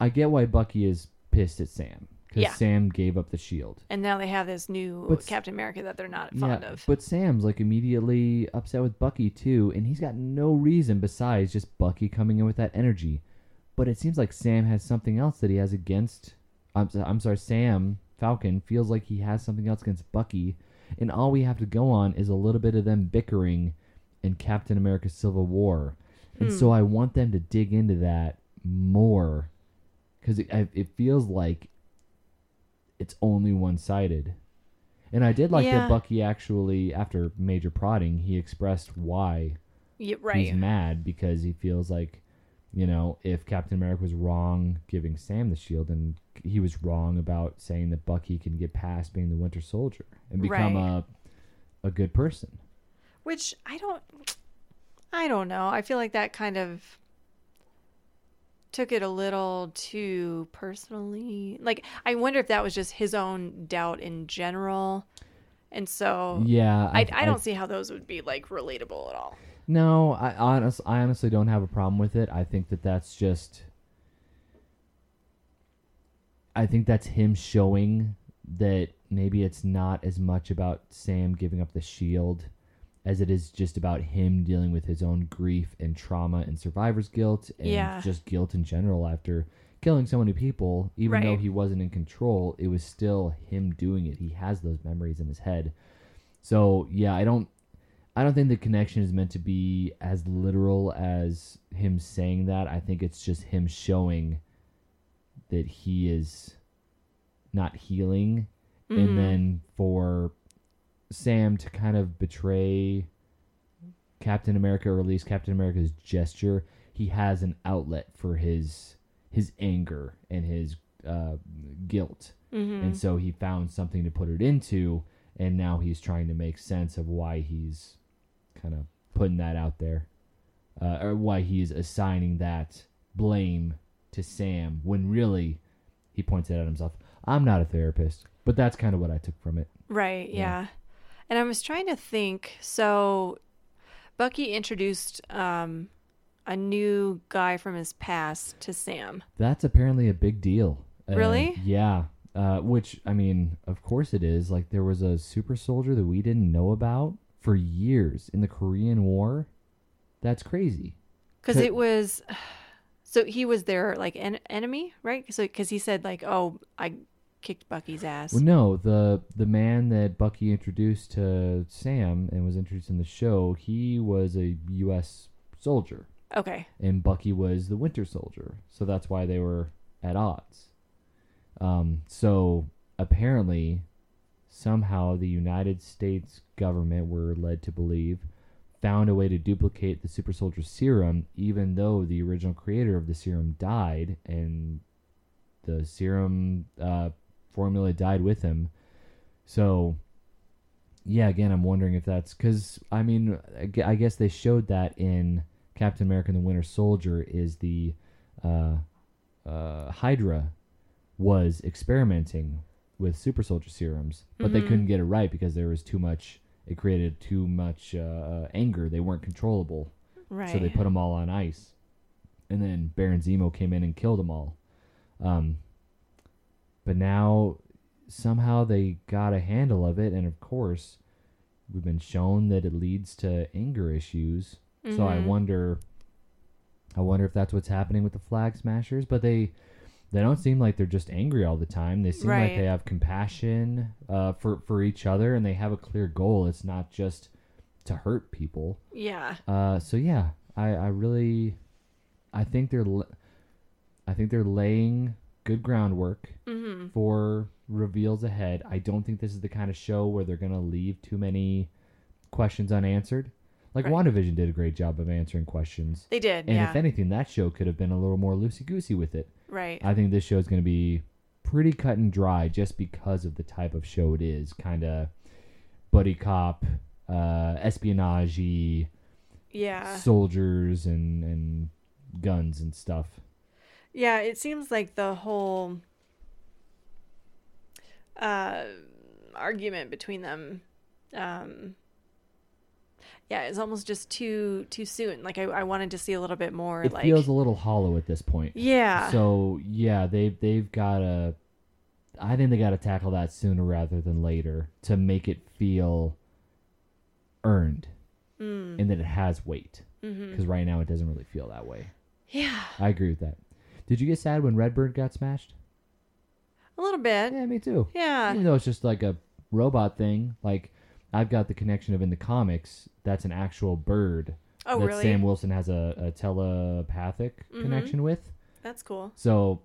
I get why Bucky is pissed at Sam because
Yeah.
Sam gave up the shield.
And now they have this new
But s-
Captain America that they're not fond of.
but Sam's like immediately upset with Bucky too, and he's got no reason besides just Bucky coming in with that energy. But it seems like Sam has something else that he has against. I'm, so- I'm sorry, Sam Falcon feels like he has something else against Bucky, and all we have to go on is a little bit of them bickering in Captain America: Civil War, and so
Hmm.
I want them to dig into that more because it, I- it feels like it's only one sided. And I did like
Yeah.
that Bucky actually, after major prodding, he expressed why
Yeah, right.
he's mad because he feels like, you know, if Captain America was wrong giving Sam the shield, and he was wrong about saying that Bucky can get past being the Winter Soldier and become
Right.
a a good person.
which i don't i don't know i feel like that kind of took it a little too personally like i wonder if that was just his own doubt in general and so
Yeah,
I, I don't see how those would be like relatable at all
No, I honest, I honestly don't have a problem with it. I think that that's just. I think that's him showing that maybe it's not as much about Sam giving up the shield as it is just about him dealing with his own grief and trauma and survivor's guilt and
Yeah.
just guilt in general after killing so many people even though
Right.
he wasn't in control it was still him doing it he has those memories in his head so yeah i don't I don't think the connection is meant to be as literal as him saying that. I think it's just him showing that he is not healing.
Mm-hmm.
And then for Sam to kind of betray Captain America or at least Captain America's gesture, he has an outlet for his his anger and his uh, guilt
mm-hmm.
and so he found something to put it into and now he's trying to make sense of why he's kind of putting that out there uh, or why he's assigning that blame to sam when really he points it at himself i'm not a therapist but that's kind of what i took from it
Right, yeah.
Yeah.
And I was trying to think. So Bucky introduced um, a new guy from his past to Sam.
that's apparently a big deal Uh,
Really?
yeah uh, which i mean of course it is like there was a super soldier that we didn't know about for years in the korean war that's crazy
Because
Could-
it was, so he was their like en- enemy, right? So because he said like, "Oh, I kicked Bucky's ass."
Well, no, the the man that Bucky introduced to Sam and was introduced in the show, he was a U.S. soldier.
Okay.
and Bucky was the Winter Soldier, so that's why they were at odds. Um, so apparently, somehow the United States government were led to believe found a way to duplicate the Super Soldier serum, even though the original creator of the serum died and the serum uh, formula died with him. So. Yeah, again, I'm wondering if that's because I mean, I gue- I guess they showed that in Captain America and the Winter Soldier is the uh, uh, Hydra was experimenting with super soldier serums, but they couldn't get it right because there was too much. It created too much uh, anger. They weren't controllable,
Right.
so they put them all on ice. And then Baron Zemo came in and killed them all. Um, but now somehow they got a handle of it, and of course, we've been shown that it leads to anger issues. So
Mm-hmm.
I wonder, I wonder if that's what's happening with the flag smashers. But they, they don't seem like they're just angry all the time. They seem like
Right.
they have compassion uh, for for each other, and they have a clear goal. It's not just to hurt people.
yeah.
Uh, so yeah, I, I really, I think they're, l I think they're laying good groundwork
mm-hmm.
for reveals ahead. I don't think this is the kind of show where they're gonna leave too many questions unanswered. Like
Right.
WandaVision did a great job of answering questions,
They did.
and
yeah.
if anything, that show could have been a little more loosey goosey with it.
right.
I think this show is going to be pretty cut and dry just because of the type of show it is, kind of buddy cop, uh, espionage
yeah.
soldiers and and guns and stuff.
Yeah, it seems like the whole uh, argument between them, um, yeah, it's almost just too too soon. Like I, I wanted to see a little bit more.
It
like
feels a little hollow at this point.
yeah,
So yeah, they've they've got to. I think they got to tackle that sooner rather than later to make it feel earned
mm, Mm-hmm.
and that it has weight. Because right now it doesn't really feel that way.
yeah,
I agree with that. Did you get sad when Redbird got smashed?
a little bit.
Yeah, me too.
Yeah,
Even though it's just like a robot thing, like I've got the connection of in the comics, that's an actual bird
Oh,
that
really? Mm-hmm.
Sam Wilson has a, a telepathic connection with.
that's cool.
So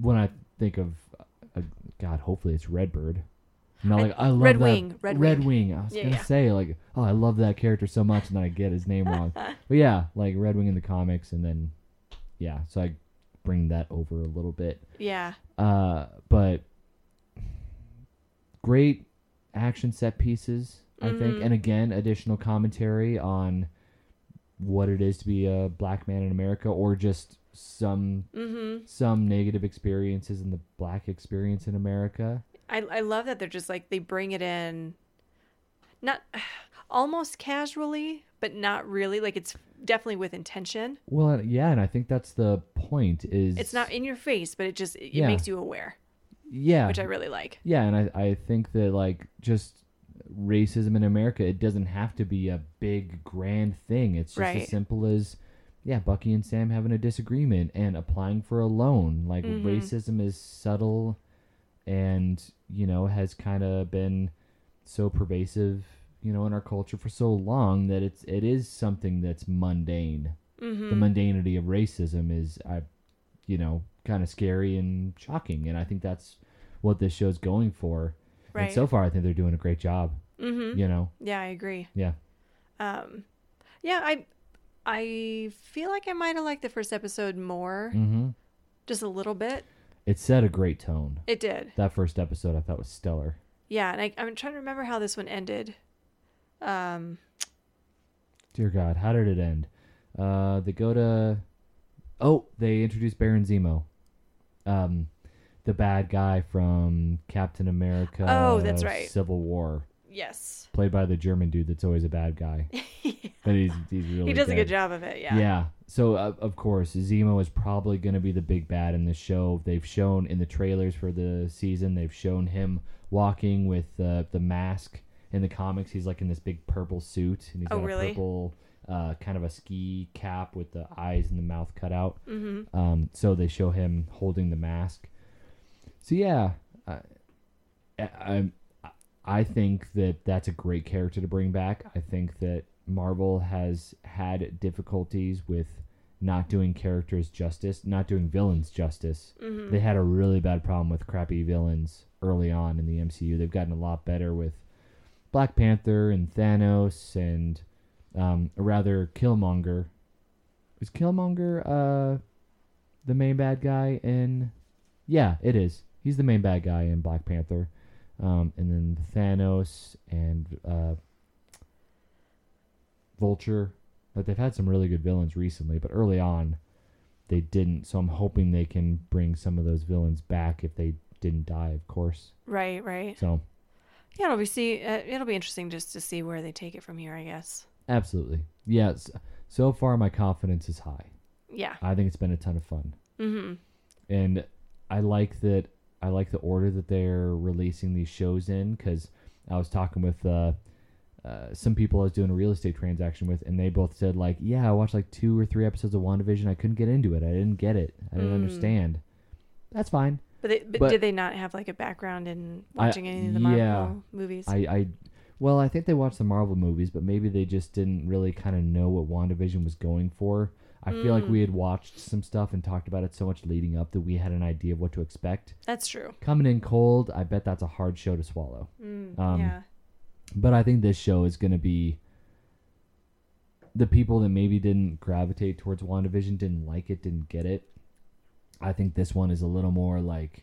when I think of, uh, God, hopefully it's Redbird. I'm not
I-
like I love
Red
that-
Wing, Red
Wing. I was
Yeah,
gonna
yeah.
say like, oh, I love that character so much, and then I get his name wrong. But yeah, like Red Wing in the comics, and then yeah, so I bring that over a little bit.
Yeah,
Uh, but great action set pieces, I
Mm-hmm.
think, and again, additional commentary on what it is to be a black man in America, or just some
Mm-hmm.
some negative experiences in the black experience in America.
I I love that they're just like they bring it in, not almost casually, but not really. Like it's definitely with intention.
Well, and- yeah, and I think that's the point. Is
It's not in your face, but it just it,
Yeah.
it makes you aware,
yeah,
which I really like.
Yeah, and I, I think that like just racism in America, it doesn't have to be a big grand thing. It's just
Right.
as simple as yeah, Bucky and Sam having a disagreement and applying for a loan. Like
Mm-hmm.
racism is subtle and, you know, has kind of been so pervasive, you know, in our culture for so long that it's it is something that's mundane.
Mm-hmm.
The
Mm.
mundanity of racism is I you know, kind of scary and shocking. And I think that's what this show's going for. And
Right. Mm.
so far, I think they're doing a great job. Mm-hmm. You know,
Yeah, I agree. Um,
yeah.
Yeah, I I feel like I might have liked the first episode more,
Mm-hmm.
just a little bit.
It set a great tone.
It did.
That first episode I thought was stellar.
Yeah, and I, I'm trying to remember how this one ended. Um,
Dear God, how did it end? Uh, they go to. Oh, they introduced Baron Zemo, um, the bad guy from Captain America.
Oh, that's right.
Civil War,
yes,
played by the German dude that's always a bad guy, but he's he's really
he does a
good.
good job of it. Yeah.
Yeah. So uh, of course, Zemo is probably going to be the big bad in the show. They've shown in the trailers for the season. They've shown him walking with uh, the mask in the comics. He's like in this big purple suit, and he's
Oh,
got a
really?
purple uh, kind of a ski cap with the eyes and the mouth cut out. Mm-hmm. Um, so they show him holding the mask. So yeah, I, I, I'm- I think that that's a great character to bring back. I think that Marvel has had difficulties with not doing characters justice, not doing villains justice.
mm-hmm.
They had a really bad problem with crappy villains early on in the MCU. They've gotten a lot better with Black Panther and Thanos and um, rather Killmonger. Is Killmonger uh, the main bad guy in? Yeah, it is. He's the main bad guy in Black Panther, um, and then Thanos and uh, Vulture. But they've had some really good villains recently, but early on, they didn't. So I'm hoping they can bring some of those villains back if they didn't die, of course.
Right, right.
So
Yeah, it'll be see. Uh, it'll be interesting just to see where they take it from here. I guess.
absolutely, yes. So far, my confidence is high.
Yeah.
I think it's been a ton of fun.
Mm-hmm.
and I like that I like the order that they're releasing these shows in because I was talking with uh, uh, some people I was doing a real estate transaction with, and they both said like, "Yeah, I watched like two or three episodes of WandaVision. I couldn't get into it. I didn't get it. I didn't
Mm.
understand." That's fine.
But, they, but
But-
did they not have like a background in
I-
watching any of the Marvel
yeah.
movies?
I, I well, I think they watched the Marvel movies, but maybe they just didn't really kind of know what WandaVision was going for. I feel like
Mm.
we had watched some stuff and talked about it so much leading up that we had an idea of what to expect.
That's true.
Coming in cold, I bet that's a hard show to swallow.
Mm,
Um,
yeah.
But I think this show is going to be the people that maybe didn't gravitate towards WandaVision, didn't like it, didn't get it. I think this one is a little more like,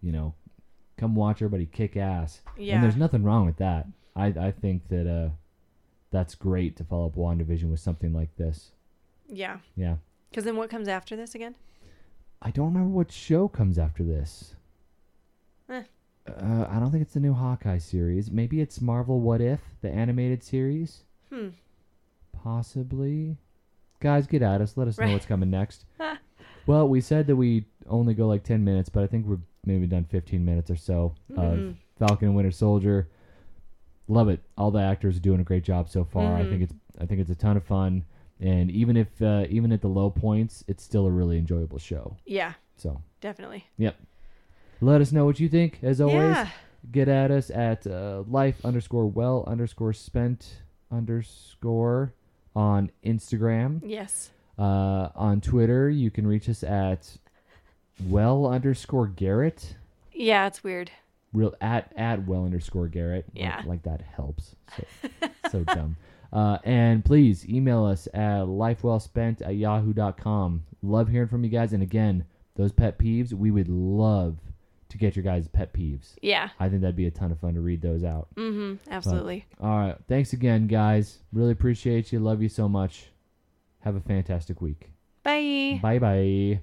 you know, come watch everybody kick ass.
Yeah.
And there's nothing wrong with that. I, I think that uh, that's great to follow up WandaVision with something like this.
yeah.
Yeah.
Because then what comes after this again?
I don't remember what show comes after this.
Eh.
Uh, I don't think it's the new Hawkeye series. Maybe it's Marvel What If, the animated series.
Hmm.
Possibly. Guys, get at us. Let us know
Right.
what's coming next. well, we said that we only go like 10 minutes, but I think we've maybe done 15 minutes or so of
Mhm.
Falcon and Winter Soldier. Love it. All the actors are doing a great job so far. I
Mhm.
think it's I think it's a ton of fun, and even if uh, even at the low points, it's still a really enjoyable show.
Yeah,
So
definitely.
let us know what you think. As always,
yeah.
get at us at uh, life underscore well underscore spent underscore on Instagram.
Yes.
Uh, on Twitter, you can reach us at well underscore Garrett.
Yeah, it's weird.
Real at at well underscore Garrett. Like-
Yeah.
Like, that helps. So, so dumb. Uh, and please email us at lifewellspent at yahoo.com. Love hearing from you guys. And again, those pet peeves, we would love to get your guys' pet peeves.
Yeah.
I think that'd be a ton of fun to read those out.
hmm Absolutely.
All right. Thanks again, guys. Really appreciate you. Love you so much. Have a fantastic week.
Bye.
Bye bye.